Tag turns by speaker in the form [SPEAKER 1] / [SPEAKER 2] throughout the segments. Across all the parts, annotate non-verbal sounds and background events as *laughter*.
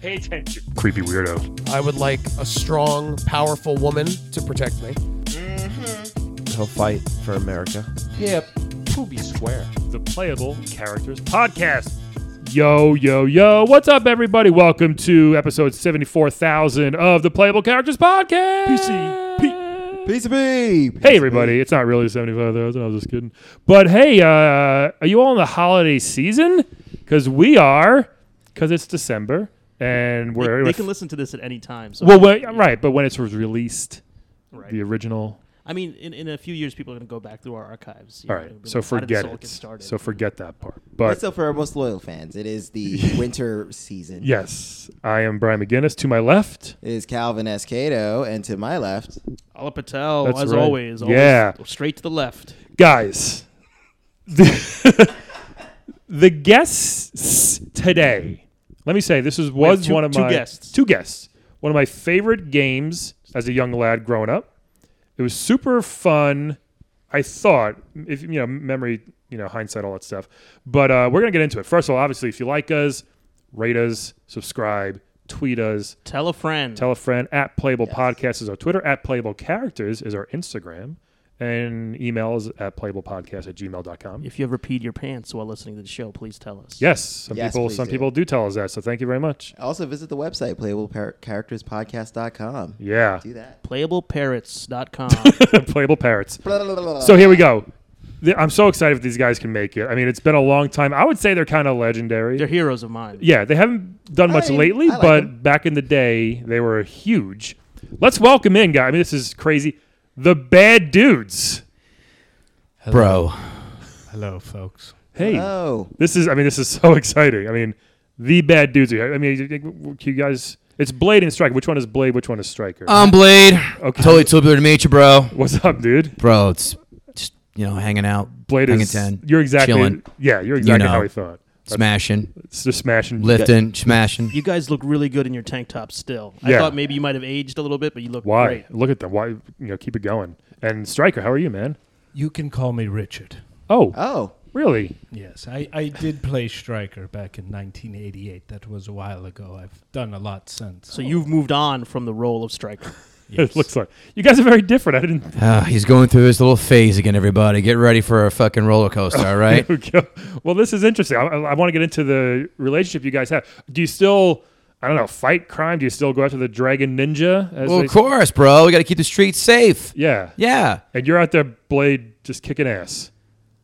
[SPEAKER 1] Pay attention. Creepy weirdo.
[SPEAKER 2] I would like a strong, powerful woman to protect me.
[SPEAKER 3] He'll fight for America.
[SPEAKER 4] Yeah, be square.
[SPEAKER 1] the Playable Characters Podcast. Yo, yo, yo. What's up, everybody? Welcome to episode 74,000 of the Playable Characters Podcast.
[SPEAKER 3] Piece of me.
[SPEAKER 1] Hey, everybody. It's not really 75,000. I was just kidding. But hey, uh, are you all in the holiday season? Because we are, because it's December and
[SPEAKER 5] They-
[SPEAKER 1] we're.
[SPEAKER 5] they, can listen to this at any time. So
[SPEAKER 1] well, wait, right. But when it was released,
[SPEAKER 5] right.
[SPEAKER 1] the original.
[SPEAKER 5] I mean, in, in a few years, people are going to go back through our archives. you
[SPEAKER 1] All
[SPEAKER 5] know,
[SPEAKER 1] right.
[SPEAKER 5] and be
[SPEAKER 1] So
[SPEAKER 5] like, how did this
[SPEAKER 1] forget
[SPEAKER 5] all
[SPEAKER 1] it.
[SPEAKER 5] get started?
[SPEAKER 1] So forget that part. But
[SPEAKER 3] But still, for our most loyal fans, it is
[SPEAKER 6] *laughs*
[SPEAKER 3] the winter season.
[SPEAKER 1] yes, I am Brian McGinnis. To my left.
[SPEAKER 3] It is Calvin Escato, and to my left,
[SPEAKER 5] Allah Patel,
[SPEAKER 1] That's
[SPEAKER 5] as
[SPEAKER 1] right.
[SPEAKER 5] always, always,
[SPEAKER 1] Yeah.
[SPEAKER 5] straight to the left.
[SPEAKER 1] guys the, *laughs* the guests today let me say this is was
[SPEAKER 5] two-
[SPEAKER 1] one of
[SPEAKER 5] two
[SPEAKER 1] my
[SPEAKER 5] guests.
[SPEAKER 1] two guests one of my favorite games as a young lad growing up it was super fun i thought if you know memory you know hindsight all that stuff but uh, we're gonna get into it first of all obviously if you like us rate us subscribe tweet us
[SPEAKER 5] Tell a friend.
[SPEAKER 1] tell a friend at playable podcast is our twitter at playable characters is our instagram and email is at playablepodcast at gmail.com
[SPEAKER 5] if you ever peed your pants while listening to the show, please tell us.
[SPEAKER 1] yes some
[SPEAKER 3] Yes,
[SPEAKER 1] people
[SPEAKER 3] please
[SPEAKER 1] some
[SPEAKER 3] do.
[SPEAKER 1] people do tell us that so thank you very much
[SPEAKER 3] also visit the website playablecharacterspodcast.com.
[SPEAKER 1] yeah
[SPEAKER 3] Do
[SPEAKER 1] *laughs*
[SPEAKER 3] that.
[SPEAKER 5] PlayableParrots.com.
[SPEAKER 1] playable parrots so here we go The- i'm so excited if these guys can make it i mean it's been a long time i would say they're kind of legendary
[SPEAKER 5] They're heroes of mine.
[SPEAKER 1] yeah they haven't done much
[SPEAKER 3] I-
[SPEAKER 1] lately
[SPEAKER 3] I like
[SPEAKER 1] but
[SPEAKER 3] them.
[SPEAKER 1] back in the day they were huge let's welcome in guys i mean this is crazy the bad dudes
[SPEAKER 3] bro.
[SPEAKER 4] Hello, folks.
[SPEAKER 1] hey
[SPEAKER 3] Oh,
[SPEAKER 1] This is, I mean, this is *laughs* so exciting. I mean, the bad dudes. are- I mean, you- you you guys, it's Blade and Striker. Which one is Blade? Which one is Striker?
[SPEAKER 6] I'm Blade.
[SPEAKER 1] Okay.
[SPEAKER 6] Totally tubular to meet you, bro.
[SPEAKER 1] What's up, dude?
[SPEAKER 6] Bro, it's just, you know, hanging out,
[SPEAKER 1] Blade
[SPEAKER 6] hanging
[SPEAKER 1] is.
[SPEAKER 6] 10,
[SPEAKER 1] You're exactly.
[SPEAKER 6] chilling.
[SPEAKER 1] Yeah, you're exactly
[SPEAKER 6] know.
[SPEAKER 1] how we thought.
[SPEAKER 6] smashing,
[SPEAKER 1] It's just smashing.
[SPEAKER 6] lifting, smashing.
[SPEAKER 5] You guys look really good in your tank top still.
[SPEAKER 1] Yeah.
[SPEAKER 5] I thought maybe you might have aged a little bit, but you look
[SPEAKER 1] Why?
[SPEAKER 5] great.
[SPEAKER 1] Look at them. Why? You know, keep it going. And Striker, how are you, man?
[SPEAKER 4] You can call me Richard.
[SPEAKER 1] Oh,
[SPEAKER 6] Uh,
[SPEAKER 3] oh,
[SPEAKER 1] really? *laughs*
[SPEAKER 4] Yes, I, I did play striker back in 1988. That was a while ago. I've done a lot since.
[SPEAKER 5] So you've moved on from the role of
[SPEAKER 1] *laughs*
[SPEAKER 5] striker.
[SPEAKER 4] Yes.
[SPEAKER 1] It looks like you guys are very different. *laughs* I didn't.
[SPEAKER 6] Ah, he's going through his little phase again, everybody. Get ready for a fucking roller coaster,
[SPEAKER 1] *laughs*
[SPEAKER 6] all right?
[SPEAKER 1] Okay. Well, this is interesting. I, I, want to get into the relationship you guys have. Do you still? I don't know. Fight crime? Do you still go after the dragon ninja? As
[SPEAKER 6] well,
[SPEAKER 1] they-
[SPEAKER 6] of course, bro. We got to keep the streets safe.
[SPEAKER 1] Yeah.
[SPEAKER 6] Yeah.
[SPEAKER 1] and you're out there blade just kicking ass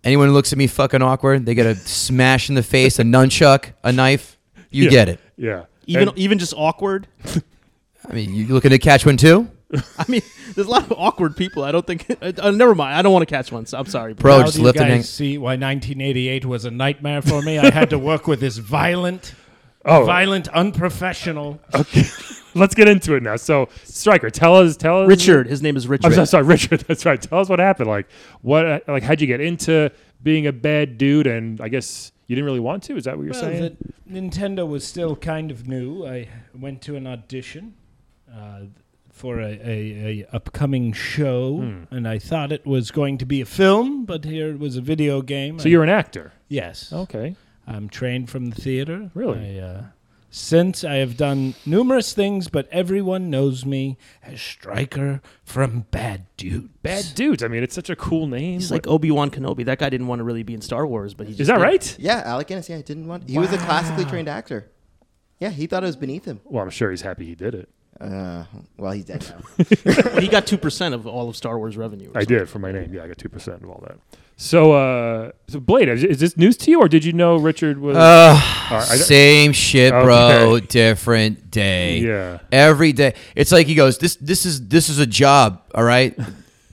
[SPEAKER 6] Anyone who looks at me fucking awkward, they get a smash in the face, a nunchuck, a knife. You
[SPEAKER 1] Yeah.
[SPEAKER 6] get it.
[SPEAKER 1] yeah
[SPEAKER 5] Even
[SPEAKER 1] And-
[SPEAKER 5] even just awkward.
[SPEAKER 6] I mean, you looking to catch one too?
[SPEAKER 5] *laughs* I mean, there's a lot of awkward people. I don't think. *laughs* Uh, never mind. I don't want to catch one. So I'm sorry.
[SPEAKER 6] Bro,
[SPEAKER 4] Now
[SPEAKER 6] just
[SPEAKER 4] do you
[SPEAKER 6] lifting.
[SPEAKER 4] guys
[SPEAKER 6] hang-
[SPEAKER 4] see why 1988 was a nightmare for me? I had to work with this violent,
[SPEAKER 1] oh
[SPEAKER 4] violent, unprofessional.
[SPEAKER 1] let's get into it now so striker tell us tell us
[SPEAKER 5] Richard. His name
[SPEAKER 1] *laughs*
[SPEAKER 5] is
[SPEAKER 1] i'm so
[SPEAKER 5] Richard.
[SPEAKER 1] sorry richard *laughs* that's right tell us what happened like what uh, like how'd you get into being a bad dude and i guess you didn't really want to is that what you're
[SPEAKER 4] Well,
[SPEAKER 1] saying
[SPEAKER 4] the Nintendo was still kind of new. I went to an audition uh, for a, a, a upcoming show, and I thought it was going to be a film, but here it was a video game.
[SPEAKER 1] so you're Oh. an actor
[SPEAKER 4] yes.
[SPEAKER 1] okay
[SPEAKER 4] I'm trained from the theater.
[SPEAKER 1] Really?
[SPEAKER 4] I, uh, since I have done numerous things, but everyone knows me as Striker from Bad Dudes.
[SPEAKER 1] bad dudes i mean it's such a cool name
[SPEAKER 5] He's
[SPEAKER 1] What-
[SPEAKER 5] like Obi Wan Kenobi. That guy didn't want to really be in Star Wars, but he just
[SPEAKER 1] is that
[SPEAKER 5] did.
[SPEAKER 1] right
[SPEAKER 3] yeah, Alec Guinness. Yeah, didn't want. He was a classically trained actor. Yeah, he thought it was beneath him.
[SPEAKER 1] well i'm sure he's happy he did it
[SPEAKER 3] Uh, well, he's dead now.
[SPEAKER 5] He got two percent of all of Star Wars revenue. or
[SPEAKER 1] i
[SPEAKER 5] something.
[SPEAKER 1] did for my name yeah i got 2% of all that so uh so blade is, is this news to you or did you know richard was
[SPEAKER 6] Uh,
[SPEAKER 1] All right, I-
[SPEAKER 6] same shit, bro.
[SPEAKER 1] Okay.
[SPEAKER 6] Different day.
[SPEAKER 1] Yeah.
[SPEAKER 6] Every day. It's like he goes, This this is this is a job, all right?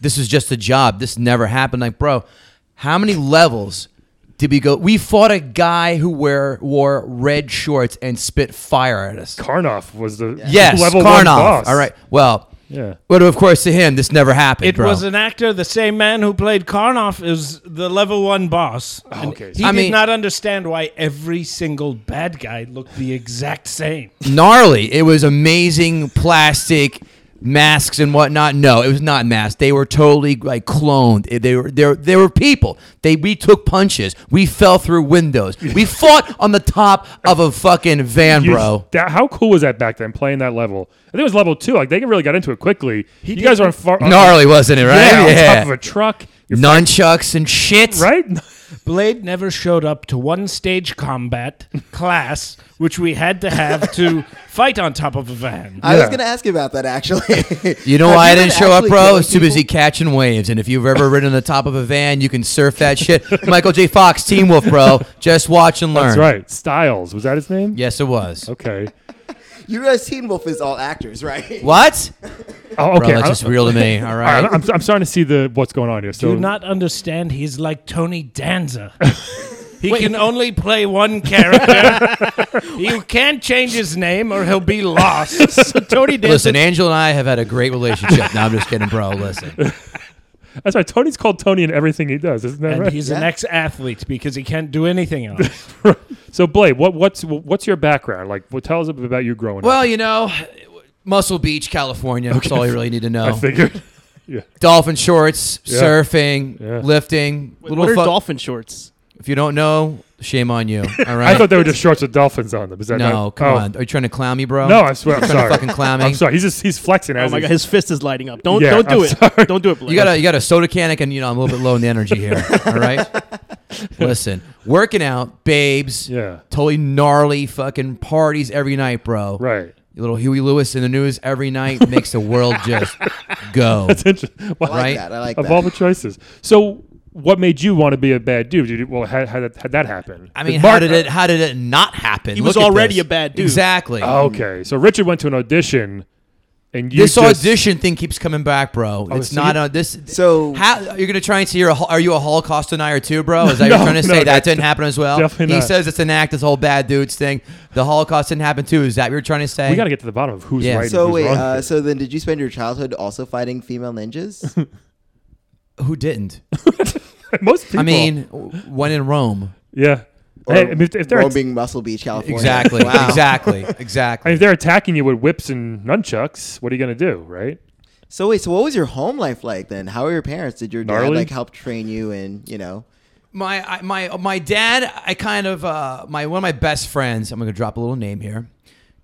[SPEAKER 6] this is just a job. This never happened. Like, bro, how many levels did we go? We fought a guy who wear wore red shorts and spit fire at us.
[SPEAKER 1] Karnoff was the
[SPEAKER 6] Yes,
[SPEAKER 1] level one
[SPEAKER 6] Karnoff.
[SPEAKER 1] boss.
[SPEAKER 6] All right. Well,
[SPEAKER 1] Yeah.
[SPEAKER 6] but of course to him, this never happened.
[SPEAKER 4] It
[SPEAKER 6] bro.
[SPEAKER 4] was an actor, the same man who played Karnoff, is the level one boss. And
[SPEAKER 1] Oh, okay.
[SPEAKER 4] He
[SPEAKER 6] I
[SPEAKER 4] did
[SPEAKER 6] mean-
[SPEAKER 4] not understand why every single
[SPEAKER 1] *laughs*
[SPEAKER 4] bad guy looked the exact same.
[SPEAKER 6] gnarly. It was amazing plastic masks and whatnot. No, it was not masks. They were totally like cloned. It- They were they were, they were people. They we took punches. We fell through windows.
[SPEAKER 1] *laughs*
[SPEAKER 6] We fought on the top of a fucking van,
[SPEAKER 1] You-
[SPEAKER 6] bro.
[SPEAKER 1] that- how cool was that back then? Playing that level, I think it was level two. Like they really got into it quickly. you guys are on far on-
[SPEAKER 6] Gnarly, wasn't it?
[SPEAKER 1] yeah,
[SPEAKER 6] Right?
[SPEAKER 1] on top of a truck, You're
[SPEAKER 6] Nunchucks and shit.
[SPEAKER 1] right? *laughs*
[SPEAKER 4] Blade never showed up to one stage combat class, which we had to have
[SPEAKER 1] *laughs*
[SPEAKER 4] to fight on top of a van.
[SPEAKER 3] I
[SPEAKER 1] Yeah.
[SPEAKER 3] was gonna ask you about that actually. *laughs*
[SPEAKER 6] You know
[SPEAKER 3] Have
[SPEAKER 6] why I
[SPEAKER 3] you
[SPEAKER 6] didn't
[SPEAKER 3] been
[SPEAKER 6] show up,
[SPEAKER 3] actually
[SPEAKER 6] bro? I
[SPEAKER 3] killing
[SPEAKER 6] was too
[SPEAKER 3] people?
[SPEAKER 6] busy catching waves. And if you've ever ridden on the top of a van, you can surf that
[SPEAKER 1] *laughs*
[SPEAKER 6] shit. Michael J. Fox, Team Wolf, bro. Just watch and learn.
[SPEAKER 1] That's right. Styles was that his name?
[SPEAKER 6] Yes, it was.
[SPEAKER 1] Okay.
[SPEAKER 3] You realize Teen Wolf is all actors, right?
[SPEAKER 6] What?
[SPEAKER 1] Oh,
[SPEAKER 6] Bro,
[SPEAKER 1] okay.
[SPEAKER 6] that's
[SPEAKER 1] I-
[SPEAKER 6] just real to me.
[SPEAKER 1] *laughs*
[SPEAKER 6] All
[SPEAKER 1] all right,
[SPEAKER 6] right.
[SPEAKER 1] I'm, I'm starting to see the what's going on here. So
[SPEAKER 4] Do not understand. He's like Tony *laughs* Danza. He can only play one character. *laughs* you can't change his name, or he'll be lost. *laughs* So Tony Danza.
[SPEAKER 6] Listen, Angela and I have had a great relationship. no, I'm just kidding, bro. Listen.
[SPEAKER 1] *laughs* that's right. Tony's called Tony in everything he does, isn't that
[SPEAKER 4] and
[SPEAKER 1] right?
[SPEAKER 4] he's an
[SPEAKER 3] Yeah.
[SPEAKER 4] ex-athlete because he can't do anything *laughs* else.
[SPEAKER 1] *laughs* So Blade, what what's what's your background? Like, what tell us about you growing up.
[SPEAKER 6] Well, you know, Muscle Beach, California. That's all you really need to know.
[SPEAKER 1] I
[SPEAKER 6] *laughs*
[SPEAKER 1] figured.
[SPEAKER 6] Dolphin shorts,
[SPEAKER 1] Yeah.
[SPEAKER 6] surfing,
[SPEAKER 1] Yeah.
[SPEAKER 6] lifting.
[SPEAKER 5] Wait, what are
[SPEAKER 6] fu-
[SPEAKER 5] dolphin shorts? Oh
[SPEAKER 6] if you don't know, shame on you. All
[SPEAKER 1] *laughs*
[SPEAKER 6] right.
[SPEAKER 1] I thought they were just shorts with dolphins on them. Is that
[SPEAKER 6] no,
[SPEAKER 1] not-
[SPEAKER 6] come
[SPEAKER 1] oh.
[SPEAKER 6] on. Are you trying to clown me, bro?
[SPEAKER 1] No, I swear. I'm
[SPEAKER 6] Trying to
[SPEAKER 1] sorry. *laughs*
[SPEAKER 6] fucking clown me.
[SPEAKER 1] I'm sorry. He's just he's flexing
[SPEAKER 5] Oh
[SPEAKER 1] as
[SPEAKER 5] my
[SPEAKER 1] he's-
[SPEAKER 5] god, his fist is lighting up. Don't
[SPEAKER 1] Yeah,
[SPEAKER 5] don't do
[SPEAKER 1] I'm
[SPEAKER 5] it.
[SPEAKER 1] sorry.
[SPEAKER 5] Don't do it, Blake.
[SPEAKER 6] You got a you got a soda can. I can you know I'm a little bit low in the energy here.
[SPEAKER 1] *laughs*
[SPEAKER 6] All right. Listen, working out, babes.
[SPEAKER 1] Yeah.
[SPEAKER 6] Totally gnarly fucking parties every night, bro.
[SPEAKER 1] Right.
[SPEAKER 6] Little Huey Lewis in the news every night makes
[SPEAKER 5] *laughs*
[SPEAKER 6] the world just go.
[SPEAKER 1] It's interesting. Well,
[SPEAKER 3] *laughs* I like
[SPEAKER 6] Right.
[SPEAKER 3] that. I like
[SPEAKER 1] of
[SPEAKER 3] that.
[SPEAKER 1] all the choices. So, what made you want to be a bad dude? Did you, well, how, how, did, how that happen?
[SPEAKER 6] I mean,
[SPEAKER 1] Did
[SPEAKER 6] how
[SPEAKER 1] Mark-
[SPEAKER 6] did it how did it not happen?
[SPEAKER 5] He was
[SPEAKER 6] Look at
[SPEAKER 5] already
[SPEAKER 6] this.
[SPEAKER 5] a bad dude.
[SPEAKER 6] Exactly.
[SPEAKER 1] Okay, so Richard went to an audition, and Oh, you
[SPEAKER 6] this
[SPEAKER 1] just, Oh,
[SPEAKER 6] audition thing keeps coming back, bro. it's
[SPEAKER 1] so
[SPEAKER 6] not
[SPEAKER 1] you-
[SPEAKER 6] on this.
[SPEAKER 3] So-
[SPEAKER 6] how you're gonna try and see you're a, hol- are you a Holocaust denier too, bro? Is that you're trying to
[SPEAKER 1] *laughs* no,
[SPEAKER 6] say that
[SPEAKER 1] that's
[SPEAKER 6] didn't happen as well?
[SPEAKER 1] definitely
[SPEAKER 6] he
[SPEAKER 1] not.
[SPEAKER 6] says it's an act. This whole bad dudes thing. The Holocaust didn't happen too. Is that what you're trying to say?
[SPEAKER 1] We got to get to the bottom of who's
[SPEAKER 6] Yeah.
[SPEAKER 1] right.
[SPEAKER 3] so
[SPEAKER 1] and who's
[SPEAKER 3] wait,
[SPEAKER 1] wrong.
[SPEAKER 3] uh, so then did you spend your childhood also fighting female ninjas?
[SPEAKER 6] Who didn't?
[SPEAKER 1] *laughs* Most people.
[SPEAKER 6] I mean, w- when in Rome.
[SPEAKER 1] yeah.
[SPEAKER 3] Or
[SPEAKER 1] *laughs* Hey, I mean, if, if they're
[SPEAKER 3] Rome
[SPEAKER 1] att-
[SPEAKER 3] being Muscle Beach, California.
[SPEAKER 6] Exactly.
[SPEAKER 3] Wow.
[SPEAKER 6] Exactly.
[SPEAKER 1] I
[SPEAKER 6] Exactly.
[SPEAKER 1] mean, if they're attacking you with whips and nunchucks, what are you gonna do, right?
[SPEAKER 3] So wait, so what was your home life like then? How were your parents? Did your dad
[SPEAKER 1] Gnarly?
[SPEAKER 3] like help train you and you know?
[SPEAKER 6] my I, my my dad. I kind of uh, my one of my best friends. I'm gonna drop a little name here.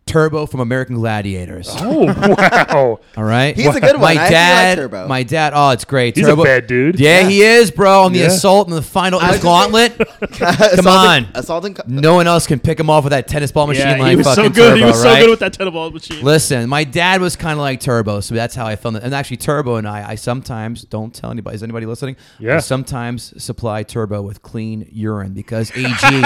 [SPEAKER 6] Turbo from American Gladiators.
[SPEAKER 1] Oh wow!
[SPEAKER 6] All right,
[SPEAKER 3] He's a good one. I actually
[SPEAKER 6] My
[SPEAKER 3] like
[SPEAKER 6] dad,
[SPEAKER 3] Turbo.
[SPEAKER 6] my dad. Oh, it's great.
[SPEAKER 1] He's a
[SPEAKER 6] Turbo,
[SPEAKER 1] bad dude.
[SPEAKER 6] Yeah, he is, bro. On the
[SPEAKER 1] Yeah.
[SPEAKER 6] assault and the final in the
[SPEAKER 3] was just *laughs*
[SPEAKER 6] gauntlet.
[SPEAKER 3] Come
[SPEAKER 6] on.
[SPEAKER 3] assaulting. Co-
[SPEAKER 6] no one else can pick him off with that tennis ball machine
[SPEAKER 5] yeah,
[SPEAKER 6] like
[SPEAKER 5] he was
[SPEAKER 6] fucking
[SPEAKER 5] so good.
[SPEAKER 6] Turbo,
[SPEAKER 5] he was
[SPEAKER 6] right?
[SPEAKER 5] so good with that tennis ball machine.
[SPEAKER 6] Listen, my dad was kind of like Turbo, so that's how I filmed it. And actually, Turbo and I, I sometimes don't tell anybody. Is anybody listening?
[SPEAKER 1] Yeah.
[SPEAKER 6] I sometimes supply Turbo with clean urine because *laughs* AG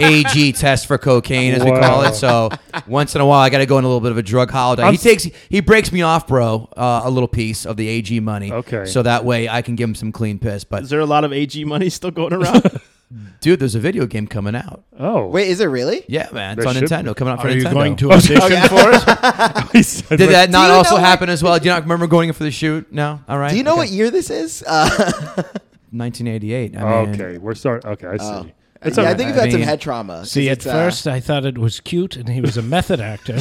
[SPEAKER 6] AG tests for cocaine, as we call
[SPEAKER 1] Wow.
[SPEAKER 6] it. So once in a while, I got to go on a little bit of a drug holiday.
[SPEAKER 1] I'm
[SPEAKER 6] he
[SPEAKER 1] s-
[SPEAKER 6] takes he breaks me off, bro, uh, a little piece of the AG money.
[SPEAKER 1] Okay.
[SPEAKER 6] So that way, I can give him some clean piss.
[SPEAKER 5] Is
[SPEAKER 6] But
[SPEAKER 5] there a lot of AG money still going around?
[SPEAKER 1] *laughs*
[SPEAKER 6] dude, there's a video game coming out.
[SPEAKER 1] Oh *laughs*
[SPEAKER 3] Wait, is it really?
[SPEAKER 6] Yeah, man, it's
[SPEAKER 1] There
[SPEAKER 6] on
[SPEAKER 1] should
[SPEAKER 6] Nintendo. Coming out for
[SPEAKER 4] Are
[SPEAKER 6] Nintendo.
[SPEAKER 4] you
[SPEAKER 1] *laughs*
[SPEAKER 4] going to audition for it?
[SPEAKER 1] He said,
[SPEAKER 6] Did
[SPEAKER 1] like,
[SPEAKER 6] that not
[SPEAKER 3] you
[SPEAKER 6] also
[SPEAKER 3] know
[SPEAKER 6] happen as well? Do you not remember going in for the shoot? No. All right.
[SPEAKER 3] Do you know
[SPEAKER 6] Okay.
[SPEAKER 3] what year this is? Uh,
[SPEAKER 6] 1988. I mean,
[SPEAKER 1] Oh, Okay, we're starting. Okay, I see.
[SPEAKER 3] oh.
[SPEAKER 1] It's
[SPEAKER 3] *laughs* yeah,
[SPEAKER 1] all
[SPEAKER 3] I
[SPEAKER 1] right.
[SPEAKER 3] think you've
[SPEAKER 6] I
[SPEAKER 3] had some
[SPEAKER 6] mean-
[SPEAKER 3] head trauma. 'cause
[SPEAKER 4] See, at
[SPEAKER 3] it's, uh,
[SPEAKER 4] first I thought it was cute and he was a method *laughs* actor.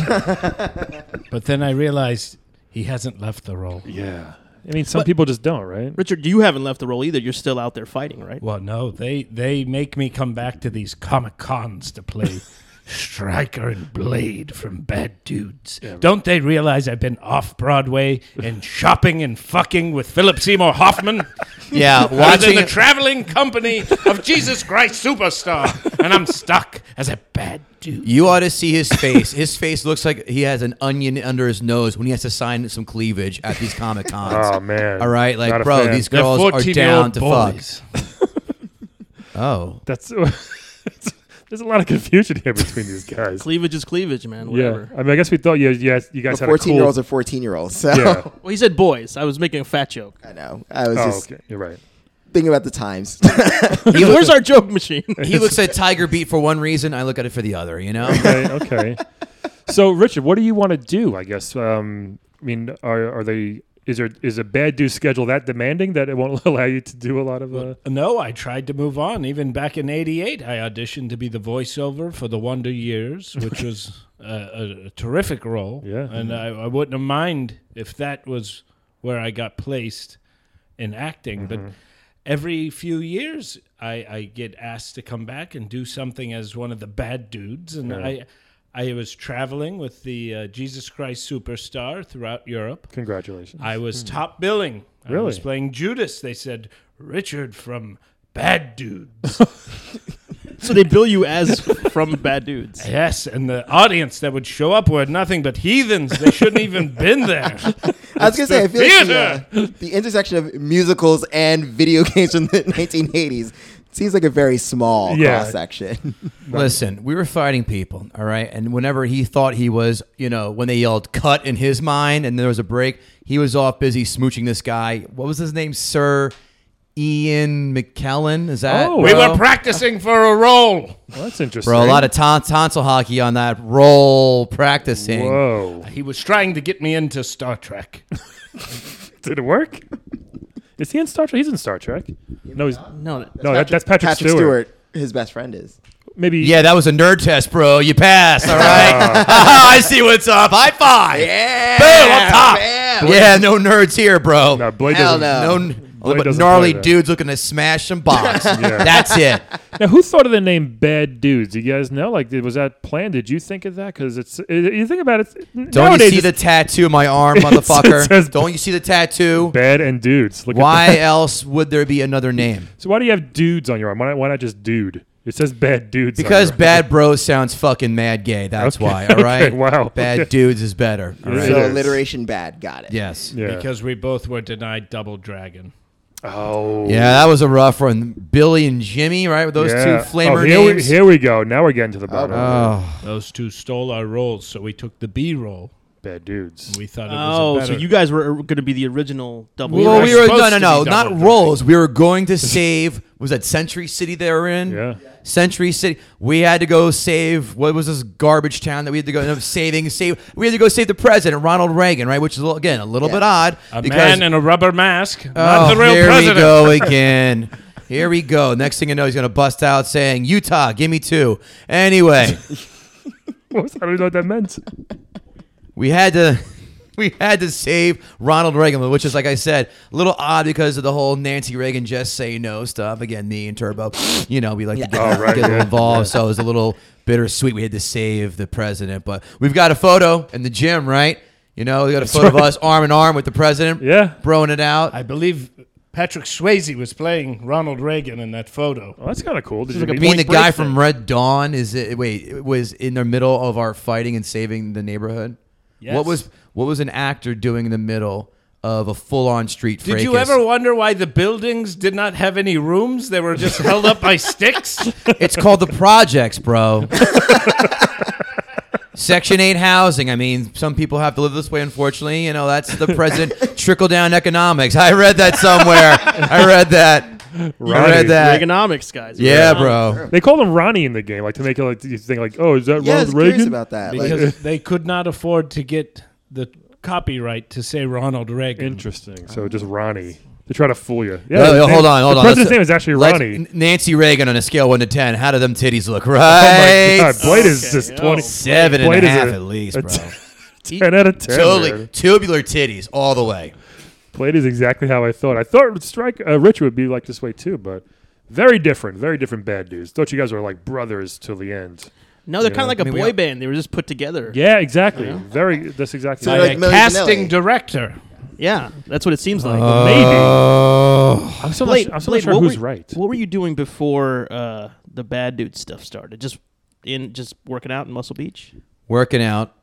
[SPEAKER 4] but then I realized he hasn't left the role.
[SPEAKER 1] Yeah. I mean, some people just don't, right?
[SPEAKER 5] Richard, you haven't left the role either. You're still out there fighting, right?
[SPEAKER 4] Well, no, they they make me come back to these comic cons to play Striker and Blade from Bad Dudes. Don't they realize I've been off Broadway and shopping and fucking with Philip Seymour Hoffman?
[SPEAKER 1] *laughs*
[SPEAKER 6] Yeah,
[SPEAKER 4] Watching
[SPEAKER 6] watching
[SPEAKER 4] the traveling company of Jesus Christ Superstar, and I'm stuck as a bad dude.
[SPEAKER 6] you ought to see his face. His face looks like he has an onion under his nose when he has to sign some cleavage at these comic cons.
[SPEAKER 1] Oh man!
[SPEAKER 6] All right, like
[SPEAKER 1] Not a
[SPEAKER 6] bro,
[SPEAKER 1] fan.
[SPEAKER 6] these
[SPEAKER 4] They're
[SPEAKER 6] girls are down
[SPEAKER 4] 14-year-old
[SPEAKER 6] to
[SPEAKER 4] boys.
[SPEAKER 6] fuck. *laughs* Oh,
[SPEAKER 1] That's *laughs* there's a lot of confusion here between these guys.
[SPEAKER 5] Cleavage is cleavage, man.
[SPEAKER 1] yeah,
[SPEAKER 5] Whatever.
[SPEAKER 1] I mean, I guess we thought you you, guys- you guys had a cool.
[SPEAKER 3] fourteen year olds are fourteen year
[SPEAKER 6] *laughs*
[SPEAKER 3] olds. So
[SPEAKER 1] *laughs* yeah.
[SPEAKER 5] Well, he said boys. I was making a fat joke.
[SPEAKER 1] *laughs*
[SPEAKER 3] I know. I was
[SPEAKER 1] Oh,
[SPEAKER 3] just
[SPEAKER 1] okay. You're right.
[SPEAKER 3] thinking about
[SPEAKER 1] *laughs*
[SPEAKER 3] the times. *laughs*
[SPEAKER 5] Where's our joke machine?
[SPEAKER 4] *laughs*
[SPEAKER 6] he looks at Tiger Beat for one reason. I look at it for the other. You know,
[SPEAKER 1] Okay. okay.
[SPEAKER 6] *laughs*
[SPEAKER 1] so, Richard, what do you want to do? I guess. Um, I mean, are are they? Is there is a bad do schedule that demanding that it won't *laughs* allow you to do a lot of? Uh,
[SPEAKER 4] No, I tried to move on. Even back in '88, I auditioned to be the voiceover for The Wonder Years, which was a, a terrific role.
[SPEAKER 1] Yeah.
[SPEAKER 4] And I, I wouldn't have mind if that was where I got placed in acting. But every few years, I, I get asked to come back and do something as one of the bad dudes. And I, I was traveling with the uh, Jesus Christ Superstar throughout Europe.
[SPEAKER 1] Congratulations.
[SPEAKER 4] I was top billing. I was
[SPEAKER 1] Really?
[SPEAKER 4] playing Judas. They said, Richard from Bad Dudes.
[SPEAKER 5] So they bill you as from bad dudes.
[SPEAKER 4] Yes, and the audience that would show up were nothing but heathens. They shouldn't even been there.
[SPEAKER 3] I was gonna say, I feel
[SPEAKER 4] theater.
[SPEAKER 3] like the, uh, the intersection of musicals and video *laughs* games from the 1980s seems like a very small
[SPEAKER 1] Yeah.
[SPEAKER 3] cross section.
[SPEAKER 6] Listen, we were fighting people, all right? And whenever he thought he was, you know, when they yelled cut in his mind and there was a break, he was off busy smooching this guy. What was his name? Sir Ian McKellen? Is that?
[SPEAKER 1] Oh.
[SPEAKER 4] We
[SPEAKER 6] bro?
[SPEAKER 4] were practicing for a role.
[SPEAKER 1] Well, that's interesting.
[SPEAKER 6] Bro, a lot of ton- tonsil hockey on that roll practicing.
[SPEAKER 1] Whoa.
[SPEAKER 4] He was trying to get me into Star Trek.
[SPEAKER 1] Did it work? Is he in Star Trek? He's in Star Trek. No, he's
[SPEAKER 5] No, that-
[SPEAKER 1] no. that, that's Patrick,
[SPEAKER 3] Patrick
[SPEAKER 1] Stewart.
[SPEAKER 3] Stewart. his best friend is.
[SPEAKER 1] Maybe.
[SPEAKER 6] Yeah, that was a nerd test, bro. You passed,
[SPEAKER 1] *laughs*
[SPEAKER 6] all right? *laughs* I see what's up. High five. Yeah. Boom, up top. Yeah, no nerds here, bro.
[SPEAKER 1] No, Blade
[SPEAKER 3] Hell
[SPEAKER 1] doesn't.
[SPEAKER 6] No,
[SPEAKER 3] No.
[SPEAKER 6] n-
[SPEAKER 1] Blade
[SPEAKER 6] but
[SPEAKER 1] doesn't
[SPEAKER 6] gnarly
[SPEAKER 1] play that.
[SPEAKER 6] dudes looking to smash some
[SPEAKER 1] *laughs*
[SPEAKER 6] box.
[SPEAKER 1] Yeah.
[SPEAKER 6] That's it.
[SPEAKER 1] Now, who thought of the name Bad Dudes? You guys know, like, did- was that planned? Did you think of that? Because it's it- you think about it. Don't
[SPEAKER 6] Don't
[SPEAKER 1] nowadays,
[SPEAKER 6] you see the
[SPEAKER 1] it's
[SPEAKER 6] tattoo on my arm,
[SPEAKER 1] It's- *laughs* it says-
[SPEAKER 6] motherfucker? Don't you see the tattoo?
[SPEAKER 1] *laughs* bad and dudes? Look At
[SPEAKER 6] Why
[SPEAKER 1] that.
[SPEAKER 6] else would there be another name?
[SPEAKER 1] So why do you have dudes on your arm? Why not, why not just dude? It says bad dudes. on
[SPEAKER 6] Because
[SPEAKER 1] your arm.
[SPEAKER 6] bad bro sounds fucking mad gay. That's
[SPEAKER 1] Okay. *laughs*
[SPEAKER 6] why. All right.
[SPEAKER 1] Okay, wow.
[SPEAKER 6] Bad
[SPEAKER 1] Okay.
[SPEAKER 6] dudes is better. All
[SPEAKER 1] It
[SPEAKER 6] right.
[SPEAKER 3] So
[SPEAKER 1] is.
[SPEAKER 3] alliteration bad. Got it.
[SPEAKER 6] Yes. Yeah.
[SPEAKER 1] Yeah.
[SPEAKER 4] Because we both were denied Double Dragon.
[SPEAKER 1] oh.
[SPEAKER 6] that was a rough one. Billy and Jimmy, right? With those
[SPEAKER 1] Yeah.
[SPEAKER 6] two flamer
[SPEAKER 1] oh, here
[SPEAKER 6] names.
[SPEAKER 1] We, here we go. Now we're getting to the bottom.
[SPEAKER 6] oh,
[SPEAKER 4] Those two stole our roles, so we took the B role.
[SPEAKER 1] bad dudes.
[SPEAKER 4] We thought it was a
[SPEAKER 5] Oh,
[SPEAKER 4] better.
[SPEAKER 5] so you guys were going to be the original double.
[SPEAKER 6] well,
[SPEAKER 4] were
[SPEAKER 6] we were
[SPEAKER 4] supposed
[SPEAKER 6] no, no,
[SPEAKER 4] to be
[SPEAKER 6] no,
[SPEAKER 4] double
[SPEAKER 6] not
[SPEAKER 4] dragon.
[SPEAKER 6] roles. We were going to save. Was that Century City they were in?
[SPEAKER 1] Yeah.
[SPEAKER 6] Century City. We had to go save. What was this garbage town that we had to go end up saving? Save. We had to go save the president, Ronald Reagan, right? Which is a little- again a little
[SPEAKER 3] Yeah.
[SPEAKER 6] bit odd.
[SPEAKER 4] a man in a rubber mask,
[SPEAKER 6] oh,
[SPEAKER 4] not the real
[SPEAKER 6] here
[SPEAKER 4] president.
[SPEAKER 6] we
[SPEAKER 4] *laughs*
[SPEAKER 6] go again. here we go. Next thing you know, he's gonna bust out saying, "Utah, give me two. Anyway.
[SPEAKER 1] What was- *laughs* I don't even know what that meant.
[SPEAKER 6] we had to *laughs* we had to save Ronald Reagan, which is like I said, a little odd because of the whole Nancy Reagan just say no stuff. Again, me and Turbo, *sniffs* you know, we like to *laughs* get,
[SPEAKER 1] Oh, right,
[SPEAKER 6] get a little
[SPEAKER 1] yeah,
[SPEAKER 6] involved, so it was a little bittersweet. We had to save the president, but we've got a photo in the gym, right? You know, we got a photo of us arm in arm with the president,
[SPEAKER 1] Yeah.
[SPEAKER 6] throwing it out.
[SPEAKER 4] I believe Patrick Swayze was playing Ronald Reagan in that photo.
[SPEAKER 1] Well, that's kind of cool. Did you
[SPEAKER 6] You
[SPEAKER 1] meet-
[SPEAKER 6] mean the
[SPEAKER 5] Break
[SPEAKER 6] guy
[SPEAKER 5] thing.
[SPEAKER 6] from Red Dawn is it, wait it was in the middle of our fighting and saving the neighborhood? What
[SPEAKER 4] Yes.
[SPEAKER 6] was what was an actor doing in the middle of a full on street?
[SPEAKER 4] Did you
[SPEAKER 6] fracas?
[SPEAKER 4] ever wonder why the buildings did not have any rooms? They were just held up by sticks.
[SPEAKER 6] It's called the projects, bro. Section 8 housing. I mean, some people have to live this way, unfortunately. You know, that's the president trickle down economics. I read that somewhere. I read that. I
[SPEAKER 1] Ronnie.
[SPEAKER 6] read that.
[SPEAKER 5] Reaganomics guys. Um,
[SPEAKER 6] Yeah,
[SPEAKER 5] Reaganomics.
[SPEAKER 6] bro.
[SPEAKER 1] They called him Ronnie in the game, like to make it like you think like, oh, is that
[SPEAKER 3] Yeah, I was
[SPEAKER 1] Ronald Reagan?
[SPEAKER 3] curious about that. Like,
[SPEAKER 4] because they could not afford to get the copyright to say Ronald Reagan.
[SPEAKER 1] Interesting. So just Ronnie to try to fool you. Yeah.
[SPEAKER 6] No,
[SPEAKER 1] his
[SPEAKER 6] no,
[SPEAKER 1] name-
[SPEAKER 6] hold on, hold
[SPEAKER 1] the
[SPEAKER 6] on.
[SPEAKER 1] president's
[SPEAKER 6] Let's-
[SPEAKER 1] name is actually
[SPEAKER 6] let's-
[SPEAKER 1] Ronnie.
[SPEAKER 6] N- Nancy Reagan on a scale of 1 to 10. How do them titties
[SPEAKER 1] *laughs*
[SPEAKER 6] look?
[SPEAKER 1] Oh my
[SPEAKER 6] Right?
[SPEAKER 1] God, Blade is
[SPEAKER 5] Okay,
[SPEAKER 1] just
[SPEAKER 5] oh.
[SPEAKER 1] twenty
[SPEAKER 6] Seven and
[SPEAKER 1] Blade
[SPEAKER 6] a
[SPEAKER 1] is
[SPEAKER 6] half
[SPEAKER 1] a-
[SPEAKER 6] at least,
[SPEAKER 1] a
[SPEAKER 6] bro.
[SPEAKER 1] t- ten out of ten.
[SPEAKER 6] Totally.
[SPEAKER 1] man.
[SPEAKER 6] Tubular titties all the way.
[SPEAKER 1] Blade is exactly how I thought. I thought Strike uh, Richard would be like this way too, but very different, very different bad dudes. Thought you guys were like brothers till the end.
[SPEAKER 5] No, they're kind
[SPEAKER 1] Yeah.
[SPEAKER 5] of like a
[SPEAKER 6] I mean, we
[SPEAKER 5] boy
[SPEAKER 6] all-
[SPEAKER 5] band. They were just put together.
[SPEAKER 1] Yeah, exactly. Very. That's exactly.
[SPEAKER 3] So
[SPEAKER 4] By
[SPEAKER 1] how
[SPEAKER 3] like
[SPEAKER 4] a
[SPEAKER 3] Milli
[SPEAKER 4] casting
[SPEAKER 3] Vanilli.
[SPEAKER 4] director.
[SPEAKER 5] Yeah, that's what it seems
[SPEAKER 6] Uh,
[SPEAKER 5] like.
[SPEAKER 1] maybe.
[SPEAKER 6] Oh.
[SPEAKER 1] I'm still not,
[SPEAKER 5] Blade,
[SPEAKER 1] su- I'm still not
[SPEAKER 5] Blade,
[SPEAKER 1] sure
[SPEAKER 5] what
[SPEAKER 1] who's
[SPEAKER 5] were,
[SPEAKER 1] right.
[SPEAKER 5] What were you doing before uh, the bad dude stuff started? Just in just working out in Muscle Beach.
[SPEAKER 6] Working out,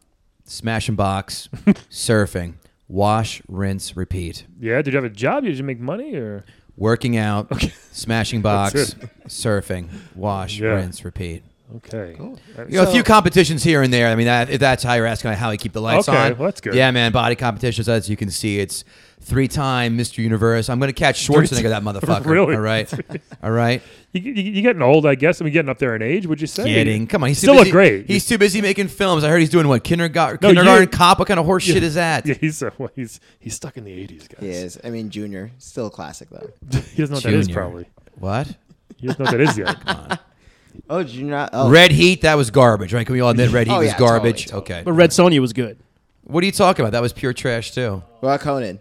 [SPEAKER 1] *laughs*
[SPEAKER 6] smashing box, surfing, wash, rinse, repeat.
[SPEAKER 1] Yeah. Did you have a job? Did you make money or?
[SPEAKER 6] Working out, smashing box,
[SPEAKER 1] That's
[SPEAKER 6] surfing, wash,
[SPEAKER 1] Yeah.
[SPEAKER 6] rinse, repeat.
[SPEAKER 1] Okay. Uh,
[SPEAKER 6] You know, a few competitions here and there. I mean, that, if that's how you're asking, how we keep the lights
[SPEAKER 1] Okay,
[SPEAKER 6] on.
[SPEAKER 1] well, that's good.
[SPEAKER 6] Yeah, man, body competitions. As you can see, it's three-time Mr. Universe. I'm gonna catch Schwarzenegger,
[SPEAKER 1] *laughs*
[SPEAKER 6] that motherfucker.
[SPEAKER 1] Really? *laughs*
[SPEAKER 6] All right, all right.
[SPEAKER 1] You, you, you're getting old, I guess. I mean, getting up there in age. Would you say?
[SPEAKER 6] Kidding. Come on, he's too
[SPEAKER 1] still look
[SPEAKER 6] busy-
[SPEAKER 1] great.
[SPEAKER 6] He's too busy making films. I heard he's doing what kindergarten,
[SPEAKER 1] No, you-
[SPEAKER 6] kindergarten cop. What kind of horse shit is
[SPEAKER 1] *laughs*
[SPEAKER 6] that?
[SPEAKER 1] Yeah, he's uh, well, he's he's stuck in the '80s, guys.
[SPEAKER 3] he is. I mean, Junior still a classic though.
[SPEAKER 1] He doesn't know what that is.
[SPEAKER 6] Junior.
[SPEAKER 1] Probably
[SPEAKER 6] What?
[SPEAKER 1] he doesn't know what that is yet.
[SPEAKER 3] Oh, did you not? Oh.
[SPEAKER 6] Red Heat, that was garbage, right? Can we
[SPEAKER 1] *laughs*
[SPEAKER 6] all admit Red Heat
[SPEAKER 3] Oh,
[SPEAKER 6] was
[SPEAKER 3] yeah, totally,
[SPEAKER 6] garbage?
[SPEAKER 3] totally.
[SPEAKER 6] Okay.
[SPEAKER 5] But Red Sonja was good.
[SPEAKER 6] What are you talking about? That was pure trash too.
[SPEAKER 3] Well, Conan.